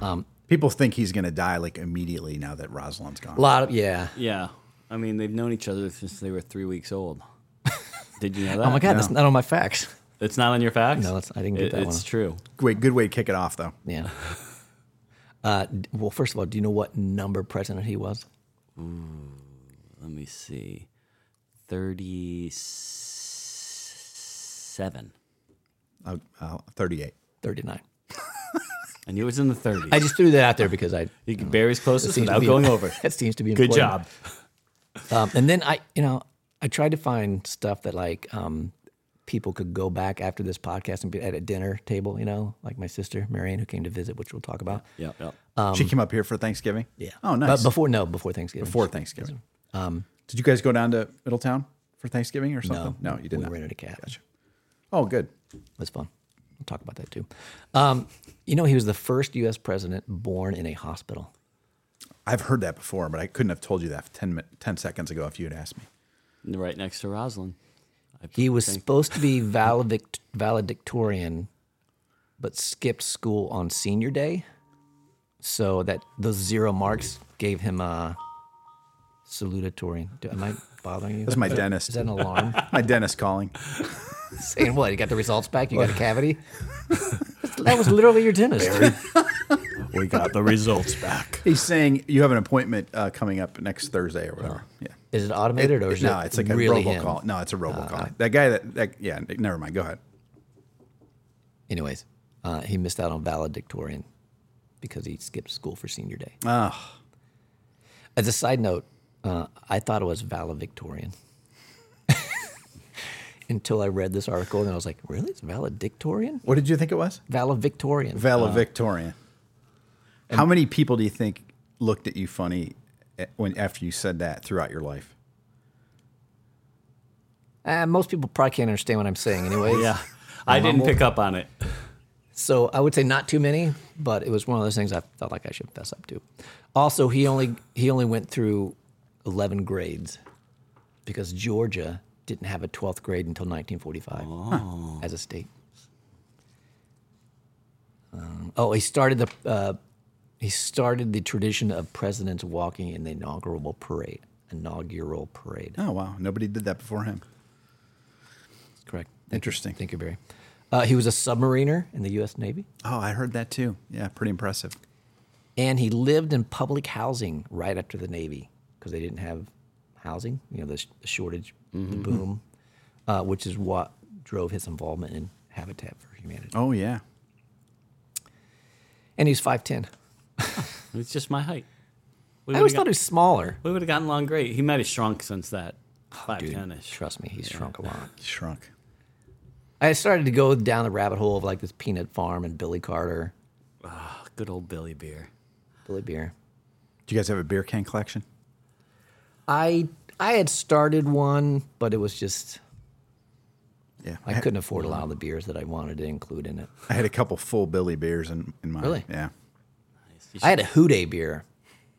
Speaker 2: Um,
Speaker 3: People think he's going to die like immediately now that Rosalind's gone.
Speaker 2: A lot of, yeah.
Speaker 1: Yeah. I mean, they've known each other since they were three weeks old. did you know that?
Speaker 2: Oh my God, that's not on my facts.
Speaker 1: It's not on your facts?
Speaker 2: No, that's- I didn't get
Speaker 1: It-
Speaker 2: that
Speaker 1: It's
Speaker 2: one.
Speaker 1: true.
Speaker 3: Wait, good way to kick it off though.
Speaker 2: Yeah. Uh, d- well, first of all, do you know what number president he was?
Speaker 1: Let me see. 37.
Speaker 3: I'll, I'll, Uh, Thirty-eight.
Speaker 2: 39.
Speaker 1: I knew it was in the 30s.
Speaker 2: I just threw that out there because I.
Speaker 1: you can bury his closest
Speaker 2: seems to
Speaker 1: without
Speaker 2: be-
Speaker 1: going over.
Speaker 2: that seems to be
Speaker 1: Good
Speaker 2: important.
Speaker 1: job.
Speaker 2: Um, and then I, you know, I tried to find stuff that like um, people could go back after this podcast and be at a dinner table, you know, like my sister, Marianne, who came to visit, which we'll talk about.
Speaker 1: Yep. Yep.
Speaker 2: Uh,
Speaker 3: she came up here for Thanksgiving. Oh,
Speaker 2: Um,
Speaker 3: nice.
Speaker 2: But um, before, no, before Thanksgiving.
Speaker 3: Before Thanksgiving. Did you guys go down to Middletown for Thanksgiving or something? Oh, No, you did
Speaker 2: we
Speaker 3: not.
Speaker 2: rented a cat.
Speaker 3: Oh, good.
Speaker 2: It was fun. We'll talk about that too. Um, you know, he was the first U.S. president born in a hospital.
Speaker 3: I've heard that before, but I couldn't have told you that 10, min- 10 seconds ago if you had asked me.
Speaker 1: Right next to Rosalind.
Speaker 2: He was supposed to be valedict- valedictorian, but skipped school on senior day. So that those zero marks gave him a salutatorian. Do- Am I bothering you?
Speaker 3: That's my
Speaker 2: Is
Speaker 3: dentist.
Speaker 2: that an alarm?
Speaker 3: my dentist calling.
Speaker 2: Saying what? You got the results back? You got a cavity? that was literally your dentist.
Speaker 1: We got the results back.
Speaker 3: He's saying you have an appointment uh, coming up next Thursday or whatever.
Speaker 2: Oh.
Speaker 3: Yeah.
Speaker 2: Is it automated or is
Speaker 3: No,
Speaker 2: it
Speaker 3: it's like a
Speaker 2: really him? Uh,
Speaker 3: robocall. No, it's a robocall. that guy that, that, yeah, never mind. Go ahead.
Speaker 2: Anyways, uh, he missed out on valedictorian because he skipped school for senior day.
Speaker 3: Oh,
Speaker 2: As a side note, uh, I thought it was valedictorian until I read this article and I was like, really? It's valedictorian?
Speaker 3: what did you think it was?
Speaker 2: Valedictorian.
Speaker 3: Valedictorian. Uh, How many people do you think looked at you funny a- when after you said that throughout your life?
Speaker 2: Uh, most people probably can't understand what I'm saying, anyways.
Speaker 1: Yeah. I didn't pick up on it.
Speaker 2: So I would say not too many, but it was one of those things I felt like I should fess up to. Also, he only he only went through eleven grades because Georgia didn't have a 12th grade until 1945 as a state. Um, oh, he started the uh, he started the tradition of presidents walking in the inaugural parade. Inaugural parade.
Speaker 3: Oh wow, nobody did that before him.
Speaker 2: That's correct.
Speaker 3: Interesting.
Speaker 2: Thank you, Barry. Uh, he was a submariner in the U.S. Navy,
Speaker 3: Oh, I heard that too. Yeah, pretty impressive.
Speaker 2: and he lived in public housing right after the Navy because they didn't have housing. You know, the, sh- the shortage, the boom, uh, which is what drove his involvement in Habitat for Humanity.
Speaker 3: Oh yeah,
Speaker 2: And he's five ten.
Speaker 1: It's just my height. We
Speaker 2: I always
Speaker 1: would've
Speaker 2: thought
Speaker 1: got-
Speaker 2: he was smaller.
Speaker 1: we would have gotten along great. He might have shrunk since that five
Speaker 2: Dude,
Speaker 1: ten ish.
Speaker 2: trust me, he's shrunk a lot.
Speaker 3: shrunk.
Speaker 2: I started to go down the rabbit hole of like this peanut farm and Billy Carter,
Speaker 1: Good old Billy Beer.
Speaker 2: Billy Beer.
Speaker 3: Do you guys have a beer can collection?
Speaker 2: I I had started one, but it was just
Speaker 3: Yeah,
Speaker 2: I couldn't afford a lot of the beers that I wanted to include in it.
Speaker 3: I had a couple full Billy beers in, in my
Speaker 2: Really?
Speaker 3: yeah.
Speaker 2: I had a Houday beer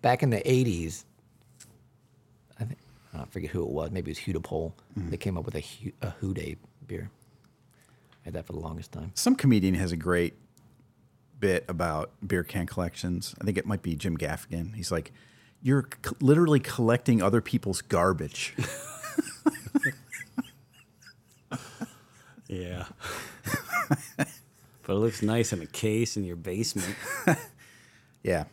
Speaker 2: back in the '80s. I think I forget who it was. Maybe it was Hudapole.
Speaker 1: Mm-hmm.
Speaker 2: They came up with a Hu- a Houday beer. I had that for the longest time.
Speaker 3: Some comedian has a great bit about beer can collections. I think it might be Jim Gaffigan. He's like, "You're c- literally collecting other people's garbage."
Speaker 1: Yeah. but it looks nice in a case in your basement.
Speaker 3: yeah,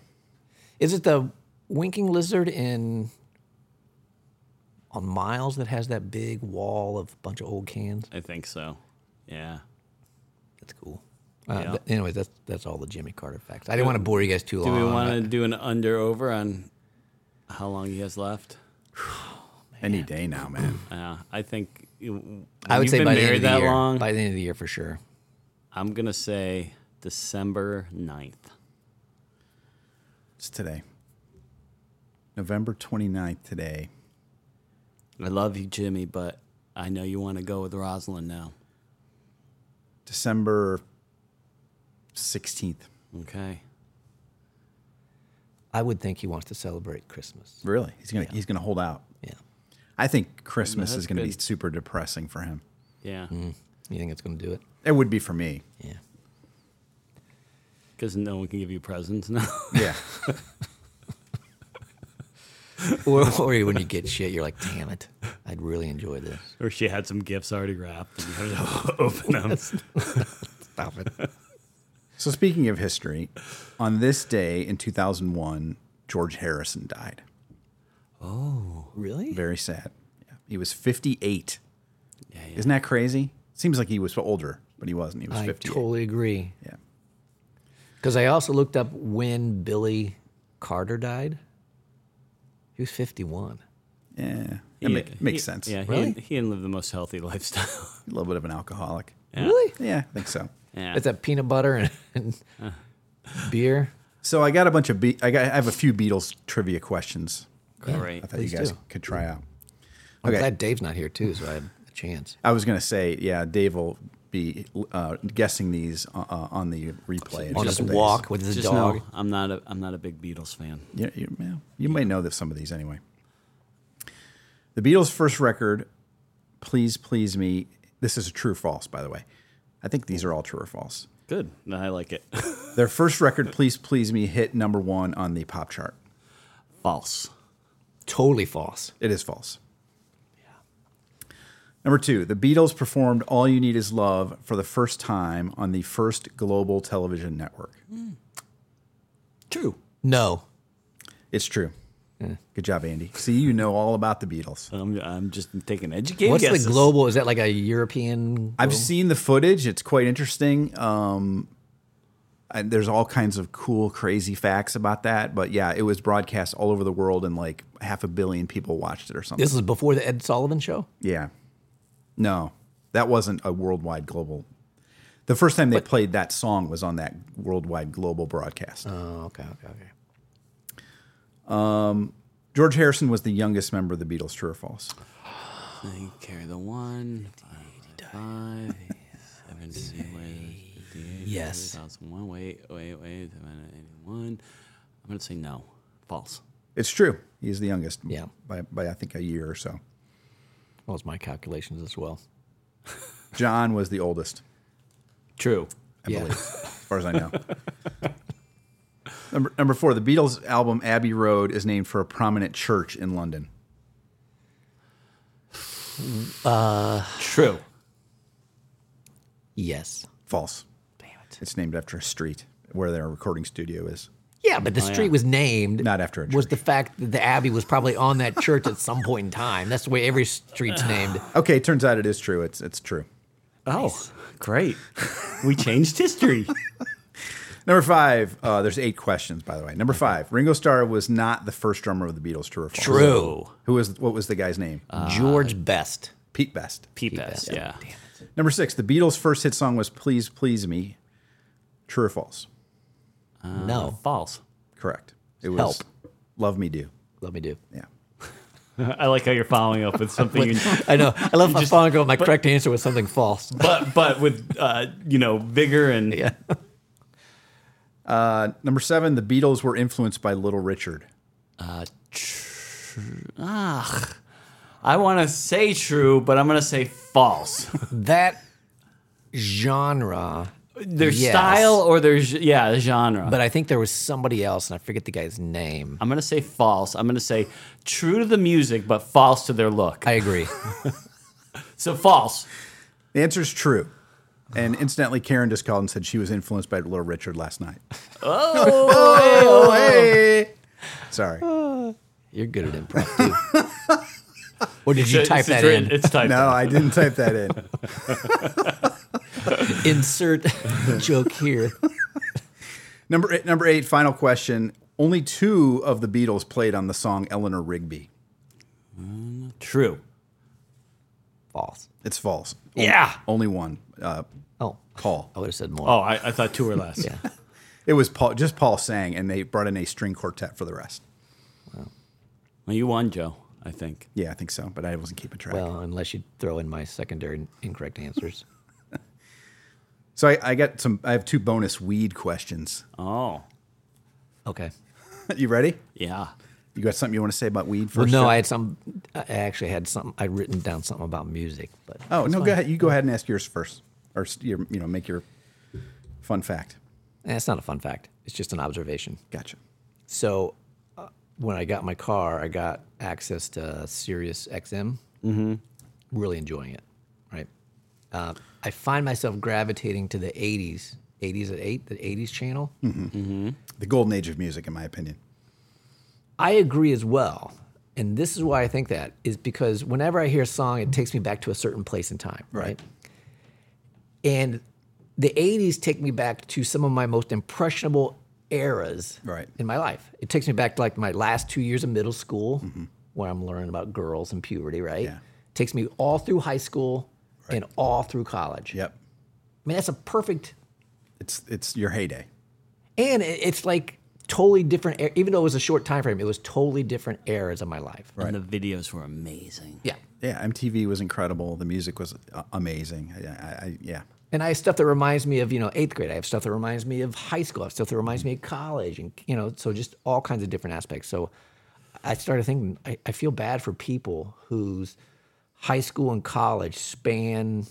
Speaker 2: Is it the winking lizard in on Miles that has that big wall of a bunch of old cans?
Speaker 1: I think so. Yeah.
Speaker 2: That's cool. Uh,
Speaker 1: Yeah.
Speaker 2: th- anyways, that's that's all the Jimmy Carter facts. I didn't want to bore you guys too
Speaker 1: Do
Speaker 2: long.
Speaker 1: we want to do an under over on how long he has left?
Speaker 3: any day now, man.
Speaker 1: Uh, I think you- when
Speaker 2: I would
Speaker 1: you've
Speaker 2: say
Speaker 1: been
Speaker 2: by the end
Speaker 1: married
Speaker 2: of the
Speaker 1: that
Speaker 2: year,
Speaker 1: long.
Speaker 2: by the end of the year for sure.
Speaker 1: I'm gonna say December 9th.
Speaker 3: It's today, November 29th today.
Speaker 1: I love you, Jimmy, but I know you want to go with Rosalind now.
Speaker 3: December 16th.
Speaker 1: Okay.
Speaker 2: I would think he wants to celebrate Christmas.
Speaker 3: Really? He's going to he's going to hold out.
Speaker 2: Yeah,
Speaker 3: I think Christmas is
Speaker 1: that's
Speaker 3: going to be
Speaker 1: good.
Speaker 3: super depressing for him.
Speaker 1: Yeah.
Speaker 2: you think it's going to do it?
Speaker 3: It would be for me.
Speaker 2: Yeah.
Speaker 1: Because no one can give you presents now.
Speaker 3: Yeah.
Speaker 2: or, or when you get shit, you're like, damn it, I'd really enjoy this.
Speaker 1: or she had some gifts already wrapped and you had to open them.
Speaker 2: Stop it.
Speaker 3: so speaking of history, on this day in 2001, George Harrison died.
Speaker 2: really?
Speaker 3: Very sad. Yeah. He was 58.
Speaker 1: Yeah, yeah.
Speaker 3: Isn't that crazy? Seems like he was older, but he wasn't. He was
Speaker 2: I
Speaker 3: 58.
Speaker 2: totally agree.
Speaker 3: yeah.
Speaker 2: Because I also looked up when Billy Carter died. He was 51.
Speaker 1: He-
Speaker 3: Yeah. That make, makes
Speaker 1: he-
Speaker 3: sense.
Speaker 1: Yeah,
Speaker 2: Really?
Speaker 1: he, he didn't live the most healthy lifestyle.
Speaker 3: A little bit of an alcoholic.
Speaker 2: Really?
Speaker 3: Yeah, I think so.
Speaker 1: yeah.
Speaker 2: It's that peanut butter and, and beer.
Speaker 3: So I got a bunch of Be- I got I have a few Beatles trivia questions
Speaker 1: great.
Speaker 3: I thought you
Speaker 2: Please
Speaker 3: guys
Speaker 2: do.
Speaker 3: could try out.
Speaker 2: I'm glad Dave's not here too, so I have a chance.
Speaker 3: I was going to say, yeah, Dave will be uh, guessing these uh, uh, on the replay. in a
Speaker 2: On
Speaker 3: couple
Speaker 2: his
Speaker 3: days.
Speaker 2: walk with his
Speaker 1: Just
Speaker 2: dog.
Speaker 1: know I'm not a I'm not a big Beatles fan.
Speaker 3: Yeah, you, yeah, you might know that some of these anyway. The Beatles' first record, "Please Please Me." This is a true false, by the way. I think these are all true or false.
Speaker 1: Good. No, I like it.
Speaker 3: Their first record, "Please Please Me," hit number one on the pop chart.
Speaker 1: False.
Speaker 2: Totally false.
Speaker 3: It is false. Number two, the Beatles performed "All You Need Is Love" for the first time on the first global television network.
Speaker 1: True.
Speaker 2: No.
Speaker 3: It's true. Good job, Andy. See, you know all about the Beatles.
Speaker 1: I'm, I'm just taking educated
Speaker 2: What's
Speaker 1: guesses.
Speaker 2: the global? Is that like a European?
Speaker 3: I've seen the footage. It's quite interesting. Um, and there's all kinds of cool, crazy facts about that. But yeah, it was broadcast all over the world, and like half a billion people watched it or something.
Speaker 2: This is before the Ed Sullivan show.
Speaker 3: yeah. No, that wasn't a worldwide global. The first time they played that song was on that worldwide global broadcast.
Speaker 2: Oh, okay, okay, okay.
Speaker 3: George Harrison was the youngest member of the Beatles, true or false?
Speaker 1: They carry the one. Five. Seven.
Speaker 2: Yes.
Speaker 1: One. Wait. Wait. Wait. Eighty-one. I'm gonna say no. False.
Speaker 3: It's true. He's the youngest
Speaker 2: Yeah.
Speaker 3: by, by I think a year or so.
Speaker 2: That was my calculations as well.
Speaker 3: John was the oldest,
Speaker 1: True.
Speaker 3: I
Speaker 2: Yeah.
Speaker 3: believe, as far as I know. number, number four, the Beatles album Abbey Road is named for a prominent church in London.
Speaker 1: True.
Speaker 2: Yes.
Speaker 3: False.
Speaker 2: Damn it.
Speaker 3: It's named after a street where their recording studio is.
Speaker 2: Yeah, but the street was named
Speaker 3: Not after a
Speaker 2: was the fact that the abbey was probably on that church at some point in time. That's the way every street's named.
Speaker 3: Okay, turns out it is true. It's it's true.
Speaker 1: Oh, great. We changed history.
Speaker 3: Number five. Uh, there's eight questions, by the way. Number five. Ringo Starr was not the first drummer of the Beatles. True or false?
Speaker 2: True. Uh,
Speaker 3: Who was what was the guy's name?
Speaker 2: George Best.
Speaker 3: Pete Best.
Speaker 1: Peepus, yeah.
Speaker 3: Number six. The Beatles' first hit song was "Please Please Me." True or false?
Speaker 2: no,
Speaker 1: False.
Speaker 3: Correct. It was
Speaker 2: Help.
Speaker 3: "Love Me Do."
Speaker 2: let me do.
Speaker 3: Yeah.
Speaker 1: I like how you're following up with something, you-
Speaker 2: I know. I love my phone going. My correct answer was something false.
Speaker 1: but but with uh, you know vigor and
Speaker 2: Yeah.
Speaker 3: Number seven. The Beatles were influenced by Little Richard.
Speaker 1: ah, I want to say true, but I'm gonna say false.
Speaker 2: That genre,
Speaker 1: Their
Speaker 2: Yes.
Speaker 1: style or their ge- yeah the genre.
Speaker 2: but I think there was somebody else, and I forget the guy's name.
Speaker 1: I'm gonna say false. I'm gonna say true to the music, but false to their look.
Speaker 2: I agree.
Speaker 1: so false.
Speaker 3: The answer is true. And incidentally, Karen just called and said she was influenced by Little Richard last night. Oh, hey. Sorry.
Speaker 2: You're good at improv, dude. or did you
Speaker 1: It's-
Speaker 2: type
Speaker 1: it's
Speaker 2: that
Speaker 1: written-
Speaker 2: in?
Speaker 1: It's typed.
Speaker 3: No, I didn't type that in.
Speaker 2: Insert joke here.
Speaker 3: Number eight, number eight, final question. Only two of the Beatles played on the song Eleanor Rigby.
Speaker 1: True.
Speaker 2: False.
Speaker 3: It's false.
Speaker 1: Yeah.
Speaker 3: Only one. Uh,
Speaker 2: Oh,
Speaker 3: Paul.
Speaker 2: I would have said more.
Speaker 1: Oh, I, I thought two or less.
Speaker 2: Yeah.
Speaker 3: It was Paul. Just Paul sang, and they brought in a string quartet for the rest.
Speaker 1: Well, you won, Joe. I think.
Speaker 3: Yeah, I think so, but I wasn't keeping track.
Speaker 2: Well, unless you throw in my secondary incorrect answers.
Speaker 3: so I, I got some. I have two bonus weed questions.
Speaker 1: Oh,
Speaker 2: Okay.
Speaker 3: you ready?
Speaker 1: yeah.
Speaker 3: You got something you want to say about weed
Speaker 2: Well,
Speaker 3: first?
Speaker 2: no,
Speaker 3: sir?
Speaker 2: I had some. I actually had something. I'd written down something about music, but
Speaker 3: Oh no, go ahead. You go ahead and ask yours first, or s- your, you know, make your fun fact.
Speaker 2: eh, it's not a fun fact. It's just an observation.
Speaker 3: Gotcha.
Speaker 2: So, uh, when I got my car, I got access to Sirius XM. Mm-hmm. Really enjoying it, right? Uh, I find myself gravitating to the '80s, '80s at eight, the '80s channel.
Speaker 3: The golden age of music, in my opinion.
Speaker 2: I agree as well. And this is why I think that is because whenever I hear a song, it takes me back to a certain place in time, right? And the 80s take me back to some of my most impressionable eras
Speaker 3: Right.
Speaker 2: in my life. It takes me back to like my last two years of middle school where I'm learning about girls and puberty, right?
Speaker 3: Mm-hmm. Yeah.
Speaker 2: takes me all through high school and all through college.
Speaker 3: Yep.
Speaker 2: I mean, that's a perfect
Speaker 3: It's it's your heyday.
Speaker 2: and it- it's like totally different e- even though it was a short time frame it was totally different eras of my life
Speaker 1: And the videos were amazing.
Speaker 2: yeah
Speaker 3: Yeah, MTV was incredible. The music was uh, amazing. I, I, I, yeah,
Speaker 2: and i have stuff that reminds me of you know eighth grade i have stuff that reminds me of high school i have stuff that reminds me of college and you know so just all kinds of different aspects so i started thinking i, I feel bad for people whose high school and college span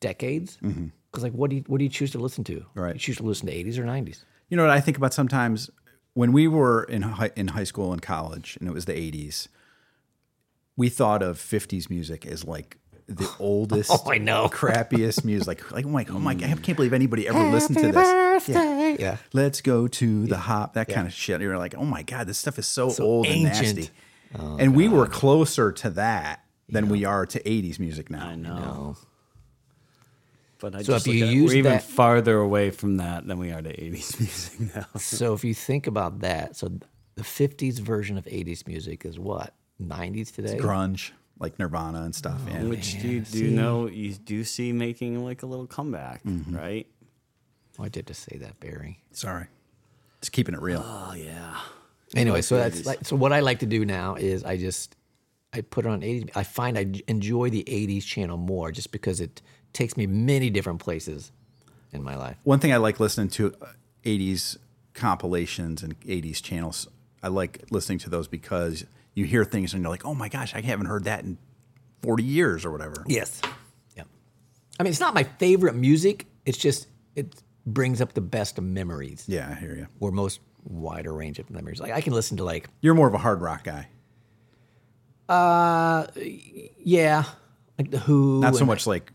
Speaker 2: decades because like what do you what do you choose to listen to
Speaker 3: Mm-hmm. Right.
Speaker 2: you choose to listen to 80s or 90s
Speaker 3: You know what I think about sometimes when we were in high, in high school and college, and it was the '80s. We thought of '50s music as like the oldest,
Speaker 2: Oh, I know.
Speaker 3: crappiest music. Like, like, oh my, oh my, I can't believe anybody ever listened to this. Yeah.
Speaker 2: yeah
Speaker 3: Let's go to the hop, that kind of shit. You're like, oh my god, this stuff is so, old
Speaker 2: ancient.
Speaker 3: and nasty. and we were closer to that than we are to '80s music now.
Speaker 1: I know. But I
Speaker 2: So
Speaker 1: just
Speaker 2: if
Speaker 1: look
Speaker 2: you
Speaker 1: at it,
Speaker 2: use
Speaker 1: we're even
Speaker 2: that-
Speaker 1: farther away from that than we are to 80s music now.
Speaker 2: so if you think about that so the 50s version of 80s music is what 90s today
Speaker 3: grunge, like Nirvana and stuff. yeah.
Speaker 1: Which do you do you know you do see making like a little comeback,
Speaker 2: Mm-hmm.
Speaker 1: right?
Speaker 2: Oh, i did just say that barry
Speaker 3: Sorry. It's keeping it real.
Speaker 1: Oh yeah.
Speaker 2: Anyway, so that's like, so what I like to do now is I just I put it on 80s. I find I j- enjoy the 80s channel more just because it takes me many different places in my life.
Speaker 3: One thing I like listening to uh, 80s compilations and 80s channels, I like listening to those because you hear things and you're like, oh my gosh, I haven't heard that in 40 years or whatever.
Speaker 2: Yes. Yeah. I mean, it's not my favorite music. It's just it brings up the best of memories
Speaker 3: Yeah, I hear you.
Speaker 2: or most wider range of memories. Like I can listen to like
Speaker 3: You're more of a hard rock guy,
Speaker 2: uh, yeah, like the Who.
Speaker 3: not so
Speaker 2: and-
Speaker 3: much like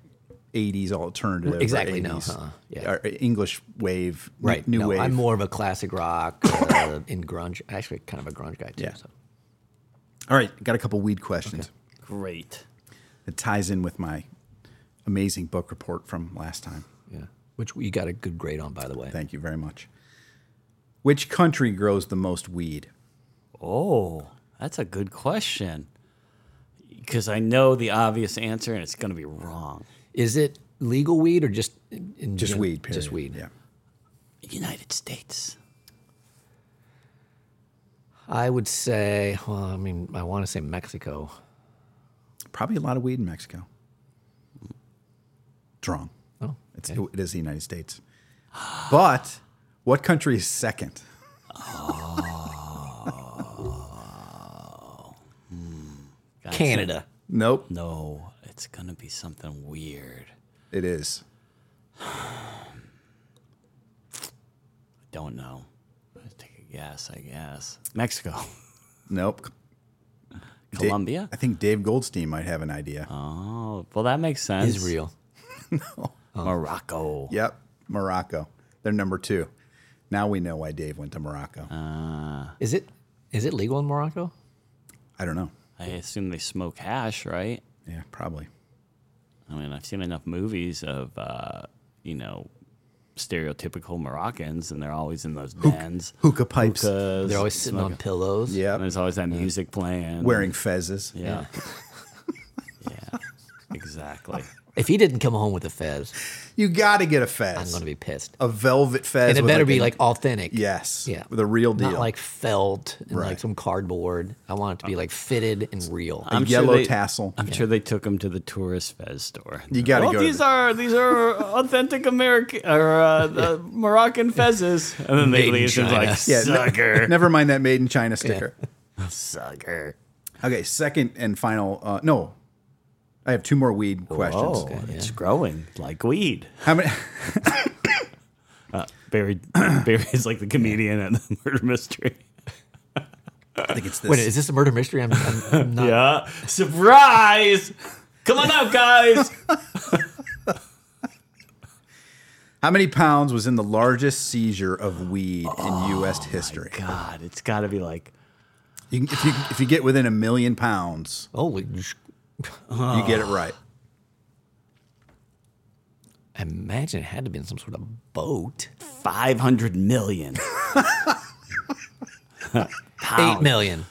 Speaker 3: 80s alternative. or
Speaker 2: Exactly, no,
Speaker 3: 80s,
Speaker 2: uh-uh, yeah.
Speaker 3: or English wave, n-
Speaker 2: Right.
Speaker 3: New
Speaker 2: no,
Speaker 3: wave.
Speaker 2: I'm more of a classic rock uh, in grunge. Actually, kind of a grunge guy too.
Speaker 3: Yeah.
Speaker 2: So.
Speaker 3: All right, got a couple weed questions.
Speaker 1: Great.
Speaker 3: It ties in with my amazing book report from last time.
Speaker 2: Yeah. Which you got a good grade on, by the way.
Speaker 3: Thank you very much. Which country grows the most weed?
Speaker 1: Oh, that's a good question. Because I know the obvious answer and it's going to be wrong.
Speaker 2: Is it legal weed or just in, in
Speaker 3: Just
Speaker 2: gen-
Speaker 3: weed, period.
Speaker 2: Just weed.
Speaker 3: Yeah.
Speaker 1: United States.
Speaker 2: I would say. Well, I mean, I want to say Mexico.
Speaker 3: Probably a lot of weed in Mexico. It's wrong.
Speaker 2: Oh,
Speaker 3: It's, It is the United States. But what country is second?
Speaker 1: Gotcha.
Speaker 2: Canada.
Speaker 3: Nope.
Speaker 1: No, it's going to be something weird.
Speaker 3: It is.
Speaker 1: Don't know. Let's take a guess, I guess. Mexico.
Speaker 3: Nope. Da-
Speaker 1: Colombia?
Speaker 3: I think Dave Goldstein might have an idea.
Speaker 1: Oh, well, that makes sense. Oh.
Speaker 2: Israel.
Speaker 1: Morocco.
Speaker 3: Yep. Morocco. They're number two. Now we know why Dave went to Morocco.
Speaker 2: Is it is it legal in Morocco?
Speaker 3: I don't know.
Speaker 1: I assume they smoke hash, right?
Speaker 3: Yeah, probably.
Speaker 1: I mean, I've seen enough movies of, uh, you know, stereotypical Moroccans, and they're always in those bands.
Speaker 3: Hookah pipes.
Speaker 2: They're always sitting on pillows.
Speaker 1: And
Speaker 3: Yep.
Speaker 1: there's always that music playing.
Speaker 3: Wearing fezzes.
Speaker 1: Yeah. yeah. Exactly.
Speaker 2: If he didn't come home with a fez,
Speaker 3: You got to get a
Speaker 2: I'm
Speaker 3: fez.
Speaker 2: gonna be pissed.
Speaker 3: a velvet fez.
Speaker 2: And it
Speaker 3: with
Speaker 2: better be
Speaker 3: a-
Speaker 2: like authentic.
Speaker 3: Yes.
Speaker 2: Yeah.
Speaker 3: The real deal.
Speaker 2: Not like felt and
Speaker 3: Right.
Speaker 2: like some cardboard. I want it to be like fitted and real.
Speaker 3: a
Speaker 1: I'm sure
Speaker 3: yellow
Speaker 1: they-
Speaker 3: tassel.
Speaker 1: I'm sure they took him to the tourist fez store.
Speaker 3: You gotta
Speaker 1: well,
Speaker 3: go to
Speaker 1: These
Speaker 3: the-
Speaker 1: are these are authentic American or uh, the Moroccan fezzes, and then
Speaker 2: Made
Speaker 1: they
Speaker 2: in
Speaker 1: leave and
Speaker 2: China.
Speaker 1: like
Speaker 3: Yeah, ne-
Speaker 1: sucker,
Speaker 3: Never mind that made in China sticker.
Speaker 1: sucker.
Speaker 3: Okay, second and final. Uh, no, I have two more weed questions.
Speaker 1: Oh, it's growing like weed.
Speaker 3: How many?
Speaker 1: Uh, Barry Barry is like the comedian at the murder mystery.
Speaker 3: I think it's this.
Speaker 2: Wait, is this a murder mystery? I'm, I'm, I'm not.
Speaker 1: Yeah, surprise! Come on out, guys.
Speaker 3: How many pounds was in the largest seizure of weed in U.S. history?
Speaker 1: Oh God, it's got to be like
Speaker 3: You can, if you if you get within a million pounds,
Speaker 2: Holy. sh-
Speaker 3: you get it right.
Speaker 2: I imagine it had to have been some sort of boat.
Speaker 1: five hundred million.
Speaker 2: Eight million.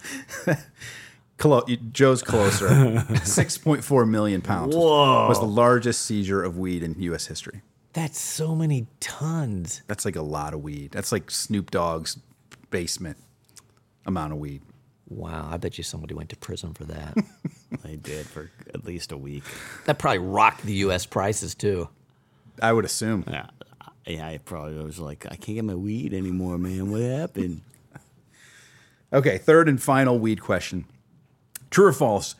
Speaker 3: Clo- you- Joe's closer. Six point four million pounds was-
Speaker 1: Whoa.
Speaker 3: was the largest seizure of weed in U.S. history.
Speaker 2: That's so many tons.
Speaker 3: That's like a lot of weed. That's like Snoop Dogg's basement amount of weed.
Speaker 2: Wow. I bet you somebody went to prison for that.
Speaker 1: They did for at least a week.
Speaker 2: that probably rocked the U.S. prices too.
Speaker 3: I would assume.
Speaker 1: Yeah, yeah. I probably was like, I can't get my weed anymore, man. What happened?
Speaker 3: Okay, third and final weed question. True or false?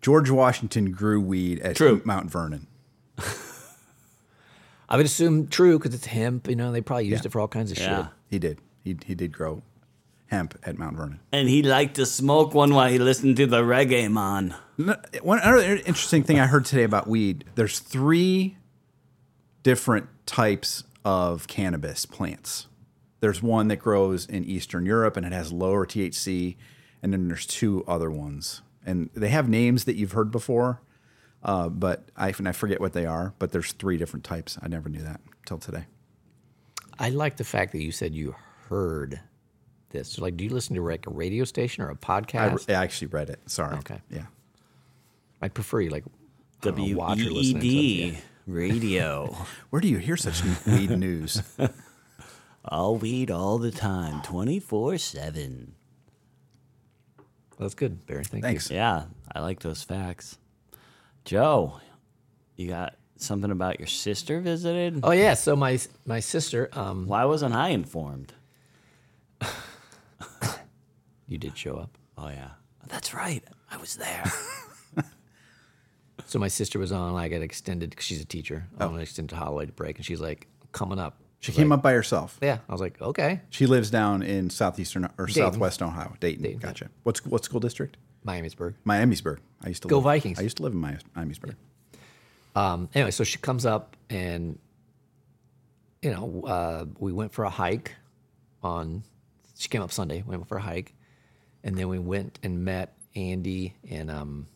Speaker 3: George Washington grew weed at
Speaker 1: True.
Speaker 3: Mount Vernon.
Speaker 2: I would assume true because it's hemp. You know, they probably used it for all kinds of
Speaker 1: Yeah.
Speaker 2: shit.
Speaker 3: He did. He, he did grow hemp at Mount Vernon.
Speaker 1: And he liked to smoke one while he listened to the reggae man.
Speaker 3: No, One other interesting thing I heard today about weed there's three different types of cannabis plants. There's one that grows in Eastern Europe and it has lower THC, and then there's two other ones. And they have names that you've heard before, uh, but I, and I forget what they are, but there's three different types. I never knew that till today.
Speaker 2: I like the fact that you said you heard this. So, like, do you listen to like a radio station or a
Speaker 3: I,
Speaker 2: podcast?
Speaker 3: I actually read it. Sorry.
Speaker 2: Okay.
Speaker 3: Yeah.
Speaker 2: I, would prefer you like I don't know,
Speaker 1: W
Speaker 2: watch or
Speaker 1: E
Speaker 2: listen
Speaker 1: E
Speaker 2: to it,
Speaker 1: D radio.
Speaker 3: Where do you hear such weed news?
Speaker 1: all weed all the time, twenty four seven.
Speaker 2: yeah. That's good, Barry. Thank
Speaker 3: Thanks.
Speaker 1: Yeah, I like those facts. Joe, you got something about your sister visited?
Speaker 2: you. Oh yeah. So my my sister, um,
Speaker 1: Why wasn't I informed?
Speaker 2: you did show up.
Speaker 1: Oh yeah, that's right. I was there.
Speaker 2: So my sister was on like an extended because she's a teacher on an extended holiday break, and she's like coming up.
Speaker 3: She came up by herself.
Speaker 2: Yeah, I was like, okay,
Speaker 3: She lives down in southeastern or southwest Ohio, Dayton. Gotcha. What's what school district?
Speaker 2: Miamisburg.
Speaker 3: Miamisburg. I used to
Speaker 2: Go
Speaker 3: live,
Speaker 2: Vikings.
Speaker 3: I used to live in Mi- Miamisburg.
Speaker 2: Um, anyway, so she comes up and, you know, uh, we went for a hike on, she came up Sunday, went for a hike. And then we went and met Andy and um,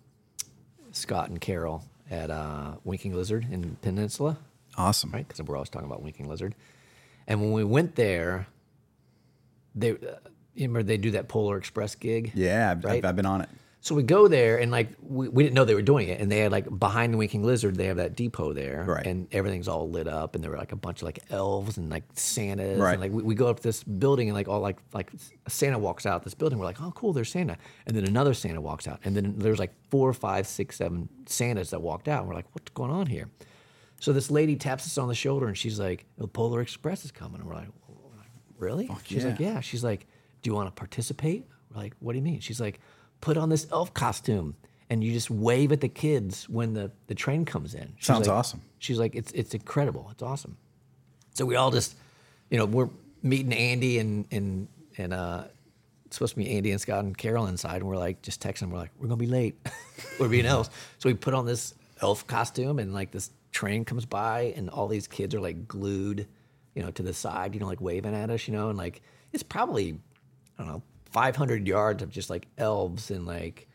Speaker 2: Scott and Carol at uh, Winking Lizard in Peninsula,
Speaker 3: Awesome.
Speaker 2: right? Because we're always talking about Winking Lizard. And when we went there, they, uh, you remember they do that Polar Express gig?
Speaker 3: Yeah, I've, I've, I've been on it.
Speaker 2: So we go there and like we, we didn't know they were doing it, and they had like behind the Winking Lizard, they have that depot there,
Speaker 3: Right.
Speaker 2: and everything's all lit up, and there were like a bunch of like elves and like Santas,
Speaker 3: Right.
Speaker 2: and like we, we go up this building and like all like like Santa walks out this building, we're like oh cool, there's Santa, and then another Santa walks out, and then there's like four, five, six, seven Santas that walked out, and we're like what's going on here? So this lady taps us on the shoulder and she's like, the Polar Express is coming, and we're like really? She's like,
Speaker 3: yeah.
Speaker 2: yeah. She's like, do you want to participate? We're like, what do you mean? She's like, put on this elf costume and you just wave at the kids when the, the train comes in. She's
Speaker 3: Sounds
Speaker 2: like-
Speaker 3: awesome.
Speaker 2: She's like, it's it's incredible. It's awesome. So we all just, you know, we're meeting Andy and and and uh, it's supposed to be Andy and Scott and Carol inside, and we're like just texting. Them. We're like, we're gonna be late. we're being elves. So we put on this elf costume, and like this train comes by, and all these kids are like glued, you know, to the side, you know, like waving at us, you know, and like it's probably, I don't know, 500 yards of just like elves and like,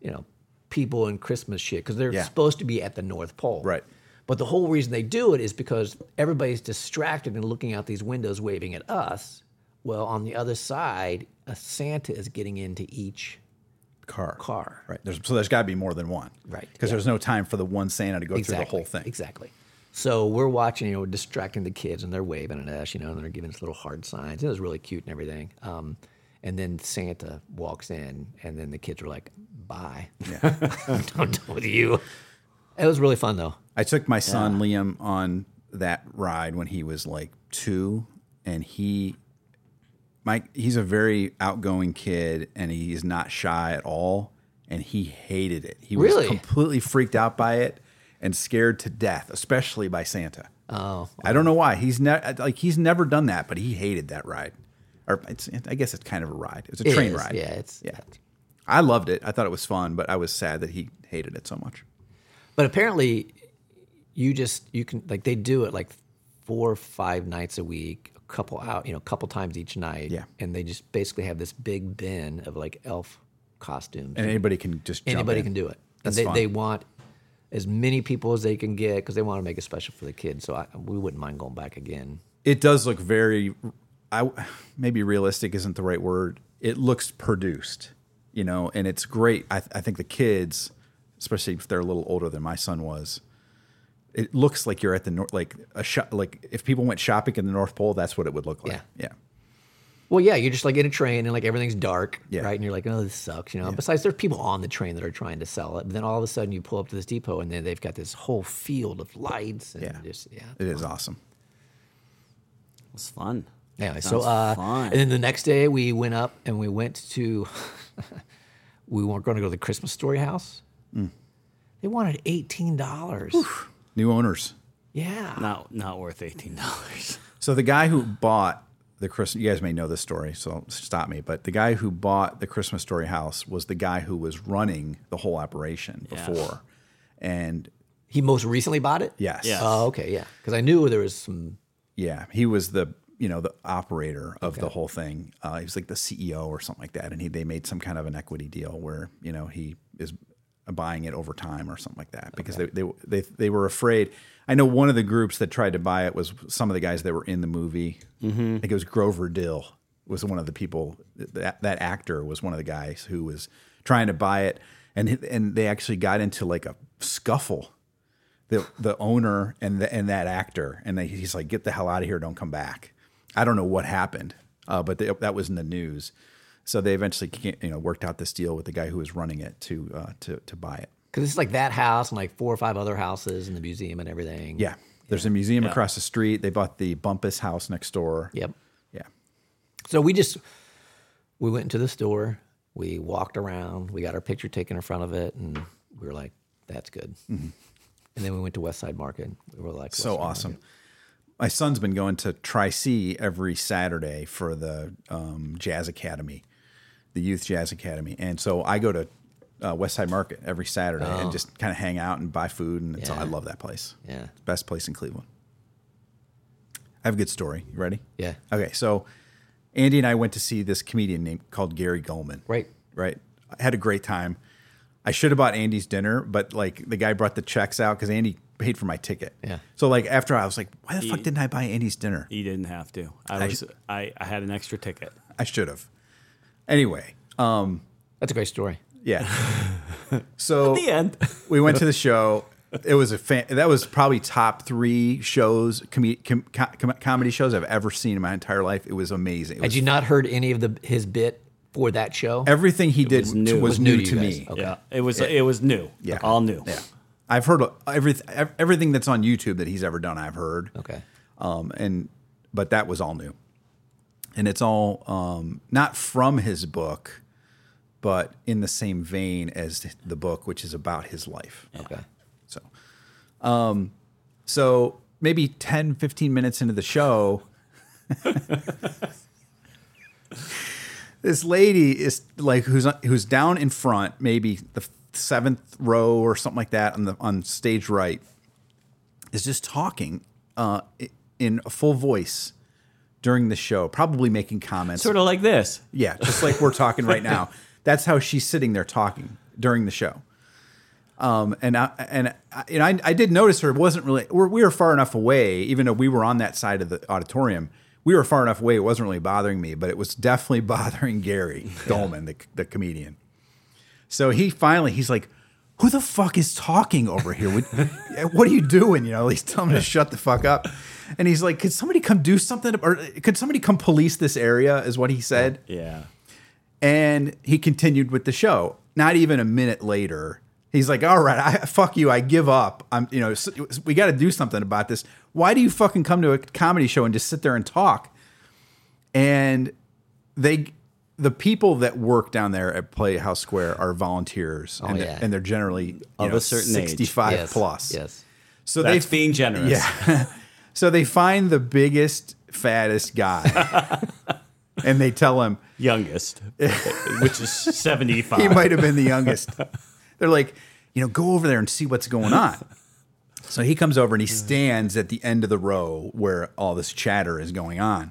Speaker 2: you know, people and Christmas shit because they're
Speaker 3: Yeah.
Speaker 2: supposed to be at the North Pole.
Speaker 3: Right.
Speaker 2: But the whole reason they do it is because everybody's distracted and looking out these windows waving at us. Well, on the other side, a Santa is getting into each
Speaker 3: Car.
Speaker 2: car.
Speaker 3: Right. There's, so there's got to be more than one.
Speaker 2: Right,
Speaker 3: Because there's no time for the one Santa to go through the whole thing.
Speaker 2: Exactly. So we're watching, you know, distracting the kids, and they're waving at us, you know, and they're giving us little hard signs. It was really cute and everything. Um, and then Santa walks in, and then the kids were like, "Bye, don't deal with you." It was really fun though.
Speaker 3: I took my son Liam on that ride when he was like two, and he, Mike, he's a very outgoing kid, and he's not shy at all, and he hated it. He
Speaker 2: Really?
Speaker 3: was completely freaked out by it and scared to death, especially by Santa.
Speaker 2: Oh,
Speaker 3: I don't know why he's never like he's never done that, but he hated that ride. Or it's, I guess it's kind of a ride. It's a
Speaker 2: it
Speaker 3: train
Speaker 2: is.
Speaker 3: ride.
Speaker 2: Yeah, it's
Speaker 3: Yeah. I loved it. I thought it was fun, but I was sad that he hated it so much.
Speaker 2: But apparently, you just you can like they do it like four or five nights a week, a couple out, you know, a couple times each night.
Speaker 3: Yeah.
Speaker 2: and they just basically have this big bin of like elf costumes.
Speaker 3: And anybody can just jump
Speaker 2: Anybody
Speaker 3: in.
Speaker 2: can do it.
Speaker 3: That's
Speaker 2: and they,
Speaker 3: fun.
Speaker 2: they want as many people as they can get because they want to make it special for the kids. So I, we wouldn't mind going back again.
Speaker 3: it does look very i maybe realistic isn't the right word it looks produced you know and it's great i, I think the kids especially if they're a little older than my son was it looks like you're at the north like a shop like if people went shopping in the north pole that's what it would look like
Speaker 2: Yeah.
Speaker 3: yeah
Speaker 2: Well, yeah, you're just like in a train and like everything's dark,
Speaker 3: Yeah.
Speaker 2: right? And you're like, oh, this sucks, you know. Besides, there's people on the train that are trying to sell it. But then all of a sudden, you pull up to this depot and then they've got this whole field of lights and
Speaker 3: Yeah.
Speaker 2: just yeah.
Speaker 3: it is awesome
Speaker 1: It's fun.
Speaker 2: Anyway, so
Speaker 1: Sounds
Speaker 2: uh,
Speaker 1: fun.
Speaker 2: and then the next day we went up and we went to we weren't going to go to the Christmas story house.
Speaker 3: Mm.
Speaker 2: They wanted eighteen dollars.
Speaker 3: new owners
Speaker 2: Yeah,
Speaker 1: Not not worth eighteen dollars.
Speaker 3: So the guy who bought the Christmas, you guys may know this story, so stop me. But the guy who bought the Christmas Story house was the guy who was running the whole operation
Speaker 1: Yeah.
Speaker 3: before, and
Speaker 2: He most recently bought it?
Speaker 3: yes,
Speaker 1: Yeah.
Speaker 2: Oh, okay, yeah. Because I knew there was some.
Speaker 3: yeah, he was the you know the operator of the whole thing. Uh, he was like the CEO or something like that, and he they made some kind of an equity deal where you know he is buying it over time or something like that because they, they they they were afraid. I know one of the groups that tried to buy it was some of the guys that were in the movie. I think it was Grover Dill was one of the people that that actor was one of the guys who was trying to buy it, and he- and they actually got into like a scuffle the the owner and the, and that actor, and they, he's like, "Get the hell out of here! Don't come back." I don't know what happened, uh, but they, that was in the news. So they eventually, ca- you know, worked out this deal with the guy who was running it to uh, to to buy it.
Speaker 2: Because it's like that house and like four or five other houses and the museum and everything.
Speaker 3: Yeah, there's a museum across the street. They bought the Bumpus house next door.
Speaker 2: Yep.
Speaker 3: yeah,
Speaker 2: So we just we went into the store, we walked around, we got our picture taken in front of it, and we were like, That's good.
Speaker 1: Mm-hmm.
Speaker 2: And then we went to West Side Market. We were like,
Speaker 3: So
Speaker 2: West Side
Speaker 3: awesome. My son's been going to Tri C every Saturday for the um, Jazz Academy, the Youth Jazz Academy. And so I go to uh, West Side Market every Saturday and just kind of hang out and buy food. And it's,
Speaker 2: Oh. Yeah.
Speaker 3: I love that place.
Speaker 2: Yeah.
Speaker 3: It's the best place in Cleveland. I have a good story. You ready?
Speaker 2: Yeah.
Speaker 3: Okay. So Andy and I went to see this comedian named called Gary Goldman.
Speaker 2: Right.
Speaker 3: Right. I had a great time. I should have bought Andy's dinner, but like the guy brought the checks out because Andy paid for my ticket.
Speaker 2: Yeah.
Speaker 3: So like after I was like, why the fuck didn't I buy Andy's dinner?
Speaker 1: You didn't have to. I was. I, I had an extra ticket.
Speaker 3: I should have. Anyway,
Speaker 2: That's a great story.
Speaker 3: yeah. So
Speaker 1: The end.
Speaker 3: we went to the show. It was a fan. That was probably top three shows, com- com- com- comedy shows I've ever seen in my entire life. It was amazing. It was
Speaker 2: Had you not heard any of the his bit for that show?
Speaker 3: everything he did
Speaker 1: was
Speaker 3: was
Speaker 1: new.
Speaker 3: new,
Speaker 1: Was
Speaker 2: new to
Speaker 3: to,
Speaker 2: you guys.
Speaker 3: me.
Speaker 2: Okay.
Speaker 1: Yeah. It was. It was new.
Speaker 3: Yeah.
Speaker 1: All new.
Speaker 3: Yeah, I've heard everything. Everything that's on YouTube that he's ever done, I've heard.
Speaker 2: Okay.
Speaker 3: Um, and but that was all new, and it's all um, not from his book, but in the same vein as the book, which is about his life.
Speaker 2: Okay.
Speaker 3: So, um, so maybe 10, 15 minutes into the show, this lady is like, who's, who's down in front, maybe the seventh row or something like that on the, on stage right is just talking, uh, i- in a full voice during the show, probably making comments.
Speaker 1: Sort of like this.
Speaker 3: Yeah, just like we're talking right now. That's how she's sitting there talking during the show. Um, and I and I, and I, I did notice her. It wasn't really we're, we were far enough away, even though we were on that side of the auditorium. We were far enough away; it wasn't really bothering me, but it was definitely bothering Gary Goldman, the the comedian. So he finally he's like, "Who the fuck is talking over here? What, what are you doing?" You know, he's telling him to shut the fuck up. And he's like, "Could somebody come do something? Or could somebody come police this area?" Is what he said.
Speaker 1: Yeah.
Speaker 3: And he continued with the show. Not even a minute later, he's like, "All right, I fuck you. I give up. I'm, you know, s we got to do something about this. Why do you fucking come to a comedy show and just sit there and talk?" And they, the people that work down there at Playhouse Square are volunteers, and,
Speaker 2: yeah.
Speaker 3: and they're generally you
Speaker 1: Oh, Of
Speaker 3: know,
Speaker 1: a certain age.
Speaker 3: sixty-five
Speaker 2: Yes.
Speaker 3: plus.
Speaker 2: Yes.
Speaker 3: So
Speaker 1: That's
Speaker 3: they
Speaker 1: being generous.
Speaker 3: yeah. so they find the biggest, fattest guy, and they tell him.
Speaker 1: Youngest, which is seventy-five.
Speaker 3: he might have been the youngest. They're like, you know, go over there and see what's going on. So he comes over and he stands at the end of the row where all this chatter is going on.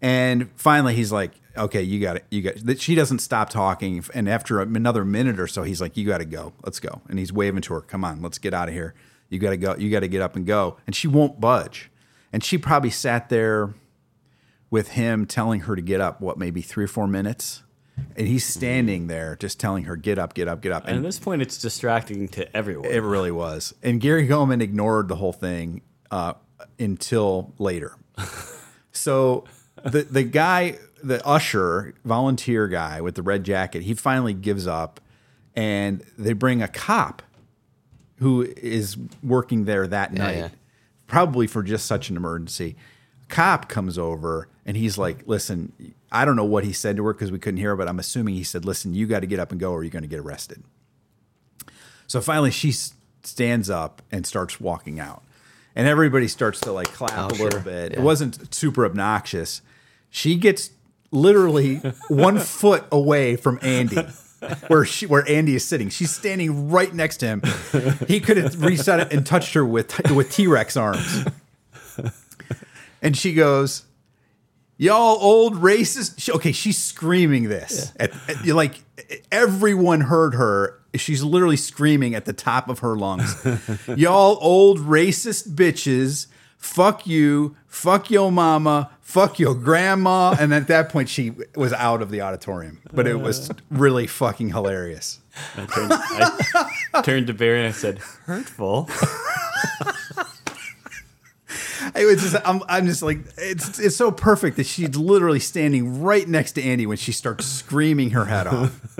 Speaker 3: And finally, he's like, okay, you got it. You got it. She doesn't stop talking. And after another minute or so, he's like, you got to go. Let's go. And he's waving to her, come on, let's get out of here. You got to go. You got to get up and go. And she won't budge. And she probably sat there with him telling her to get up, what, maybe three or four minutes? And he's standing there just telling her, get up, get up, get up.
Speaker 1: And at
Speaker 3: And
Speaker 1: this point, it's distracting to everyone.
Speaker 3: it really was. And Gary Goldman ignored the whole thing uh, until later. so the the guy, the usher, volunteer guy with the red jacket, he finally gives up, and they bring a cop who is working there that night,
Speaker 2: yeah.
Speaker 3: probably for just such an emergency. Cop comes over and he's like, "Listen, I don't know what he said to her because we couldn't hear, her, but I'm assuming he said, "Listen, you got to get up and go, or you're going to get arrested." So finally, she s- stands up and starts walking out, and everybody starts to like clap
Speaker 2: Oh,
Speaker 3: a little
Speaker 2: sure.
Speaker 3: bit. It
Speaker 2: Yeah.
Speaker 3: wasn't super obnoxious. She gets literally one foot away from Andy, where she where Andy is sitting. She's standing right next to him. He could have reached out and touched her with with T Rex arms, and she goes. Y'all old racist. She- okay, she's screaming this. At- at- you're like everyone heard her. She's literally screaming at the top of her lungs. Y'all old racist bitches. Fuck you. Fuck your mama. Fuck your grandma. And at that point, she was out of the auditorium. But it was really fucking hilarious.
Speaker 1: I turned, I turned to Barry and I said, "Hurtful."
Speaker 3: It was just, I'm, I'm just like, it's, it's so perfect that she's literally standing right next to Andy when she starts screaming her head off.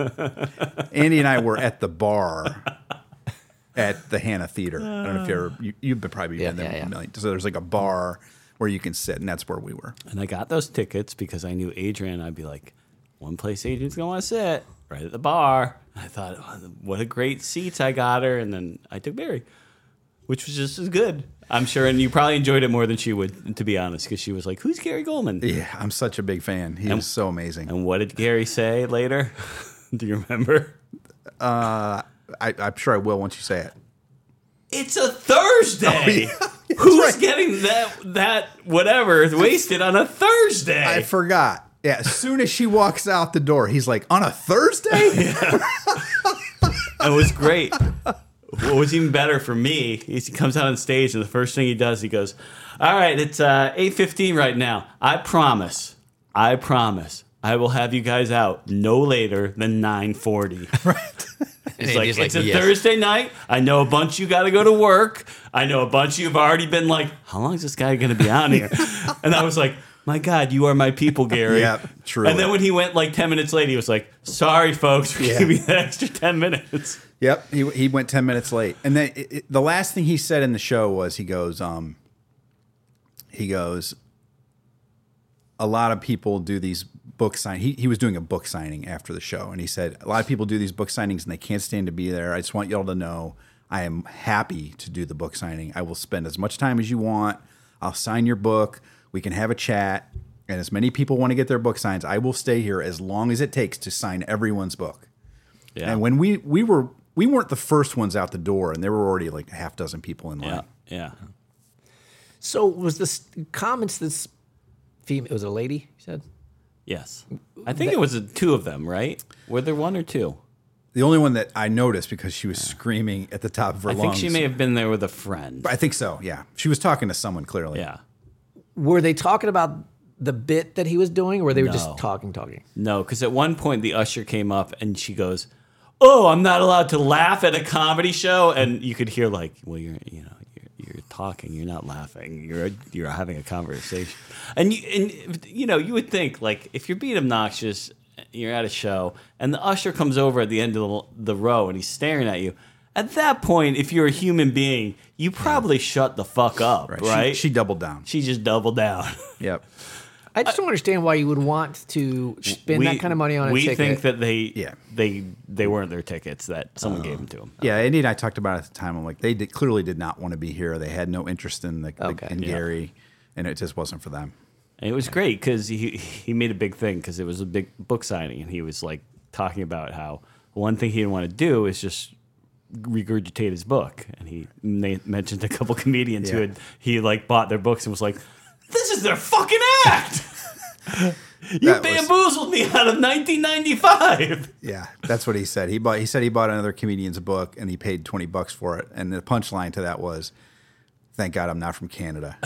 Speaker 3: Andy and I were at the bar at the Hannah Theater. I don't know if you ever, you, you've probably
Speaker 2: Yeah,
Speaker 3: been there.
Speaker 2: yeah, yeah.
Speaker 3: a million- So there's like a bar where you can sit, and that's where we were.
Speaker 1: And I got those tickets because I knew Adrian. I'd be like, one place Adrian's gonna want to sit right at the bar. I thought, "Oh, what a great seats I got her, and then I took Mary, which was just as good. I'm sure, and you probably enjoyed it more than she would, to be honest, because she was like, "Who's Gary Goldman?"
Speaker 3: Yeah, I'm such a big fan. He is so amazing.
Speaker 1: And what did Gary say later? Do you remember?
Speaker 3: I, I'm sure I will once you say it.
Speaker 1: It's a
Speaker 3: Oh,
Speaker 1: Thursday. Who's getting that that whatever wasted on a Thursday?
Speaker 3: I forgot. Yeah, as soon as she walks out the door, he's like, on a Thursday?
Speaker 1: It was great. what was even better for me is he comes out on stage and the first thing he does, he goes, "All right, it's uh, eight fifteen right now. I promise, I promise, I will have you guys out no later than nine forty. It's like, it's a Thursday night. I know a bunch of you got to go to work. I know a bunch of you have already been like, how long is this guy going to be on here? and I was like, my God, you are my people, Gary.
Speaker 3: Yep, true.
Speaker 1: And then when he went like 10 minutes late, he was like, sorry, folks, we gave you that extra 10 minutes.
Speaker 3: yep, he, he went 10 minutes late. And then it, it- the last thing he said in the show was he goes, um, he goes, a lot of people do these book sign. He, he was doing a book signing after the show, and he said a lot of people do these book signings and they can't stand to be there. I just want y'all to know I am happy to do the book signing. I will spend as much time as you want. I'll sign your book. We can have a chat, and as many people want to get their book signs, I will stay here as long as it takes to sign everyone's book.
Speaker 1: Yeah.
Speaker 3: And when we we were we weren't the first ones out the door, and there were already like a half dozen people in line.
Speaker 1: Yeah. Yeah.
Speaker 2: So was this comments this female? It was a lady. You said
Speaker 1: Yes. I think it was the two of them, right? Were there one or two?
Speaker 3: The only one that I noticed because she was screaming at the top of her
Speaker 1: I think
Speaker 3: lungs.
Speaker 1: she may have been there with a friend.
Speaker 3: I think so. Yeah, she was talking to someone clearly.
Speaker 1: Yeah.
Speaker 2: were they talking about the bit that he was doing, or they were
Speaker 1: No.
Speaker 2: just talking, talking?
Speaker 1: No, because at one point the usher came up and she goes, "Oh, I'm not allowed to laugh at a comedy show," and you could hear like, "Well, you're you know you're, you're talking, you're not laughing, you're you're having a conversation," and you and you know you would think like if you're being obnoxious, you're at a show, and the usher comes over at the end of the, the row and he's staring at you. At that point, if you're a human being, you probably shut the fuck up, right?
Speaker 3: She- She, doubled down.
Speaker 1: she just doubled down.
Speaker 3: Yep.
Speaker 2: I just don't understand why you would want to spend that kind of money on a
Speaker 1: we
Speaker 2: ticket.
Speaker 1: think that they
Speaker 3: Yeah. Oh.
Speaker 1: they they weren't their tickets that someone gave them to them.
Speaker 3: Yeah, Andy and I talked about it at the time. I'm like, they did, clearly did not want to be here. They had no interest in the, the-
Speaker 2: Okay.
Speaker 3: in
Speaker 2: Yeah.
Speaker 3: Gary, and it just wasn't for them.
Speaker 1: And it was great because he he made a big thing because it was a big book signing and he was like talking about how one thing he didn't want to do is just regurgitate his book and he na- mentioned a couple comedians who
Speaker 3: Yeah.
Speaker 1: had he like bought their books and was like this is their fucking act you
Speaker 3: That was-
Speaker 1: bamboozled me out of 1995
Speaker 3: Yeah, that's what he said. He bought. He said he bought another comedian's book, and he paid twenty bucks for it. And the punchline to that was, "Thank God I'm not from Canada."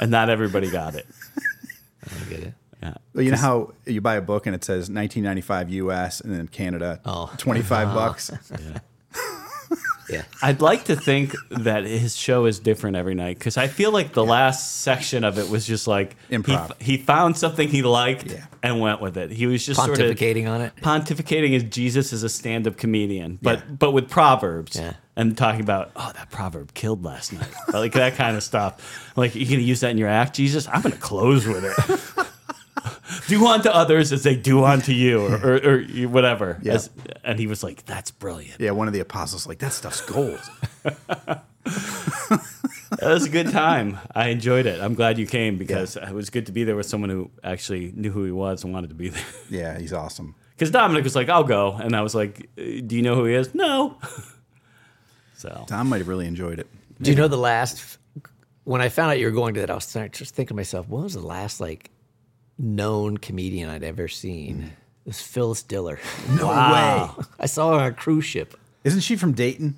Speaker 1: and not everybody got it
Speaker 2: I get it.
Speaker 3: Well, you know how you buy a book and it says 1995 U.S. and then Canada,
Speaker 2: Oh.
Speaker 3: 25 bucks.
Speaker 2: Yeah.
Speaker 1: I'd like to think that his show is different every night because I feel like the last section of it was just like he-
Speaker 3: Improv.
Speaker 1: He, found something he liked
Speaker 3: Yeah.
Speaker 1: and went with it. He was just sort of
Speaker 2: Pontificating on it.
Speaker 1: pontificating as Jesus is a stand-up comedian, but
Speaker 3: Yeah.
Speaker 1: but with proverbs
Speaker 2: Yeah.
Speaker 1: and talking about oh that proverb killed last night, like that kind of stuff. Like you gonna use that in your act, Jesus? I'm gonna close with it. do unto others as they do unto you, or, or, or you- whatever.
Speaker 3: Yeah.
Speaker 1: As- and he was like, that's brilliant.
Speaker 3: Yeah, one of the apostles like that stuff's gold.
Speaker 1: That was a good time. I enjoyed it. I'm glad you came because it was good to be there with someone who actually knew who he was and wanted to be there.
Speaker 3: yeah, he's awesome.
Speaker 1: Because Dominic was like, "I'll go," and I was like, "Uh, "Do you know who he is?" No. so
Speaker 3: Tom might have really enjoyed it.
Speaker 2: Do you know the last? When I found out you were going to that, I was start- just thinking to myself, what was the last like known comedian I'd ever seen?
Speaker 1: Mm.
Speaker 2: It was Phyllis Diller.
Speaker 3: No way.
Speaker 2: I saw her on a cruise ship.
Speaker 3: Isn't she from Dayton?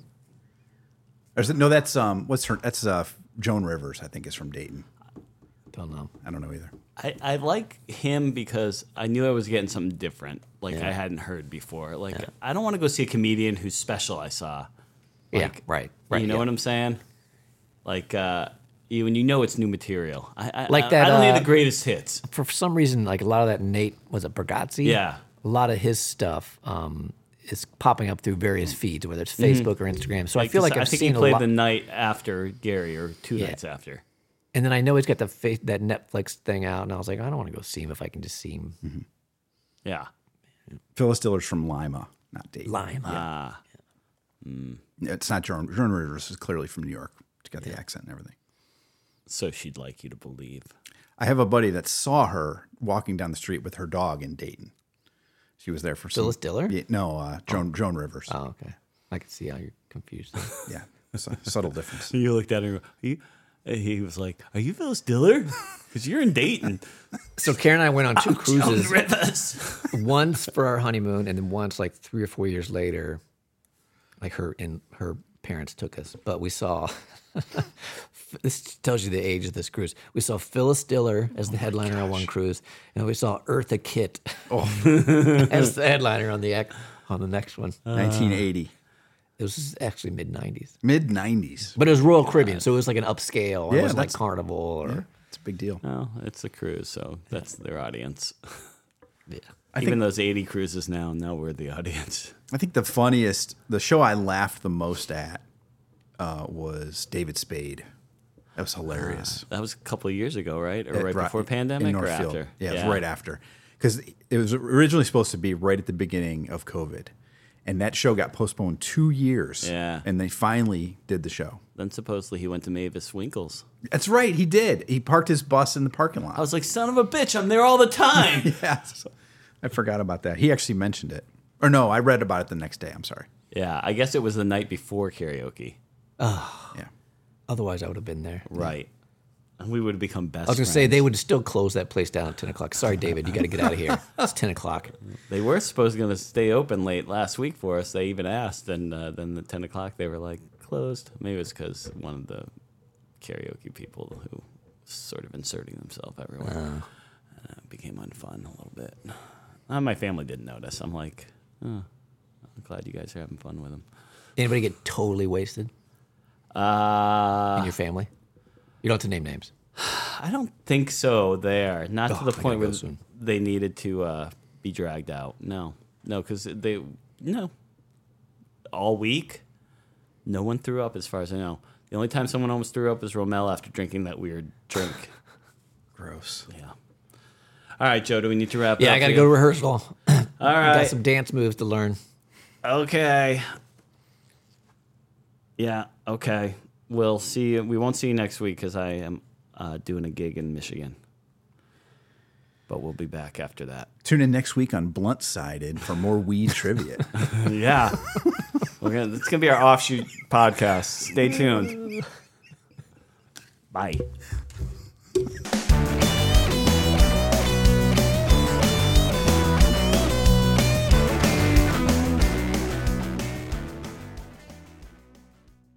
Speaker 3: Or is it, no, that's um, what's her? That's uh, Joan Rivers, I think, is from Dayton.
Speaker 2: Don't know.
Speaker 3: I don't know either.
Speaker 1: I, I like him because I knew I was getting something different, like I hadn't heard before. Like I don't want to go see a comedian whose special I saw.
Speaker 2: yeah, right, right.
Speaker 1: you know
Speaker 2: yeah.
Speaker 1: what I'm saying? Like uh, you when you know it's new material. I, I
Speaker 2: Like
Speaker 1: I-
Speaker 2: that,
Speaker 1: I don't need
Speaker 2: uh,
Speaker 1: the greatest hits.
Speaker 2: for some reason, like a lot of that Nate was it Bergazzi?
Speaker 1: Yeah.
Speaker 2: a lot of his stuff um, is popping up through various feeds, whether it's Facebook or Instagram. So I feel like I've
Speaker 1: Mm-hmm. I think
Speaker 2: seen
Speaker 1: he
Speaker 2: a
Speaker 1: played
Speaker 2: lot.
Speaker 1: the night after Gary or two
Speaker 2: Yeah.
Speaker 1: nights after.
Speaker 2: and then I know he's got the face, that Netflix thing out, and I was like, I don't want to go see him if I can just see him.
Speaker 1: Yeah.
Speaker 3: Phyllis Diller's from Lima, not Dayton.
Speaker 4: Lima.
Speaker 3: It's not Joan, Joan Rivers is clearly from New York. She's got the accent and everything.
Speaker 1: So she'd like you to believe.
Speaker 3: I have a buddy that saw her walking down the street with her dog in Dayton. She was there for some-
Speaker 2: Phyllis Diller?
Speaker 3: Yeah, no, uh, Joan Joan Rivers.
Speaker 2: Oh, okay. I can see how you're confused. there.
Speaker 3: Yeah, it's a subtle difference.
Speaker 1: You looked at her. and go, Are you? and He was like, "Are you Phyllis Diller? Because you're in Dayton."
Speaker 2: so Karen and I went on two cruises,
Speaker 1: Rivers.
Speaker 2: once for our honeymoon, and then once like three or four years later, like her and her parents took us, but we saw. this tells you the age of this cruise. We saw Phyllis Diller as the headliner on one cruise, and we saw Eartha Kitt as the headliner on the ac- on the next one.
Speaker 3: 1980,
Speaker 2: It was actually mid '90s,
Speaker 3: mid 90s.
Speaker 2: but it was Royal Caribbean, so it was like an upscale.
Speaker 3: Yeah,
Speaker 2: it wasn't like
Speaker 3: that's-
Speaker 2: Carnival or
Speaker 3: It's a big deal.
Speaker 1: Well, it's a cruise, so that's their audience.
Speaker 2: yeah.
Speaker 1: Even those 80 cruises now, now we're the audience.
Speaker 3: I think the funniest, the show I laughed the most at uh, was David Spade. That was hilarious.
Speaker 1: That was a couple of years ago, right? Or right
Speaker 3: Right-
Speaker 1: before
Speaker 3: in
Speaker 1: pandemic or
Speaker 3: Northfield.
Speaker 1: after?
Speaker 3: Yeah, it was right after. Because it was originally supposed to be right at the beginning of COVID. And that show got postponed two years.
Speaker 1: Yeah.
Speaker 3: And they finally did the show.
Speaker 1: Then supposedly he went to Mavis Winkles.
Speaker 3: That's right. He did. He parked his bus in the parking lot.
Speaker 1: I was like, son of a bitch, I'm there all the time.
Speaker 3: yeah. I forgot about that. He actually mentioned it. Or no, I read about it the next day. I'm sorry.
Speaker 1: yeah, I guess it was the night before karaoke.
Speaker 3: Yeah.
Speaker 2: Otherwise, I would have been there.
Speaker 1: Right. And we would have become best
Speaker 2: I was going to say they would still close that place down at 10 o'clock. Sorry, David, you got to get out of here. It's 10 o'clock.
Speaker 1: They were supposed to stay open late last week for us. They even asked, and uh, then at ten o'clock they were like closed. Maybe it was because one of the karaoke people who was sort of inserting themselves everywhere uh, became unfun a little bit. Uh, my family didn't notice. I'm like, oh, I'm glad you guys are having fun with them.
Speaker 2: Anybody get totally wasted in
Speaker 1: Uh,
Speaker 2: your family? You don't have to name names.
Speaker 1: I don't think so. There, not to
Speaker 2: Oh,
Speaker 1: the
Speaker 2: I gotta
Speaker 1: point
Speaker 2: go
Speaker 1: where
Speaker 2: soon.
Speaker 1: they needed to uh, be dragged out. No, no, because they no all week. No one threw up, as far as I know. The only time someone almost threw up is Romel after drinking that weird drink.
Speaker 3: Gross.
Speaker 1: yeah. All right, Joe. Do we need to wrap?
Speaker 2: Yeah,
Speaker 1: up
Speaker 2: I got to
Speaker 1: here?
Speaker 2: go to rehearsal.
Speaker 1: All
Speaker 2: Got
Speaker 1: right.
Speaker 2: some dance moves to learn.
Speaker 1: Okay. Yeah. Okay. We'll see. You. We won't see you next week because I am uh, doing a gig in Michigan. But we'll be back after that.
Speaker 3: Tune in next week on Blunt Sided for more weed trivia.
Speaker 1: Yeah. We're gonna, it's going to be our offshoot podcast. Stay tuned. Bye.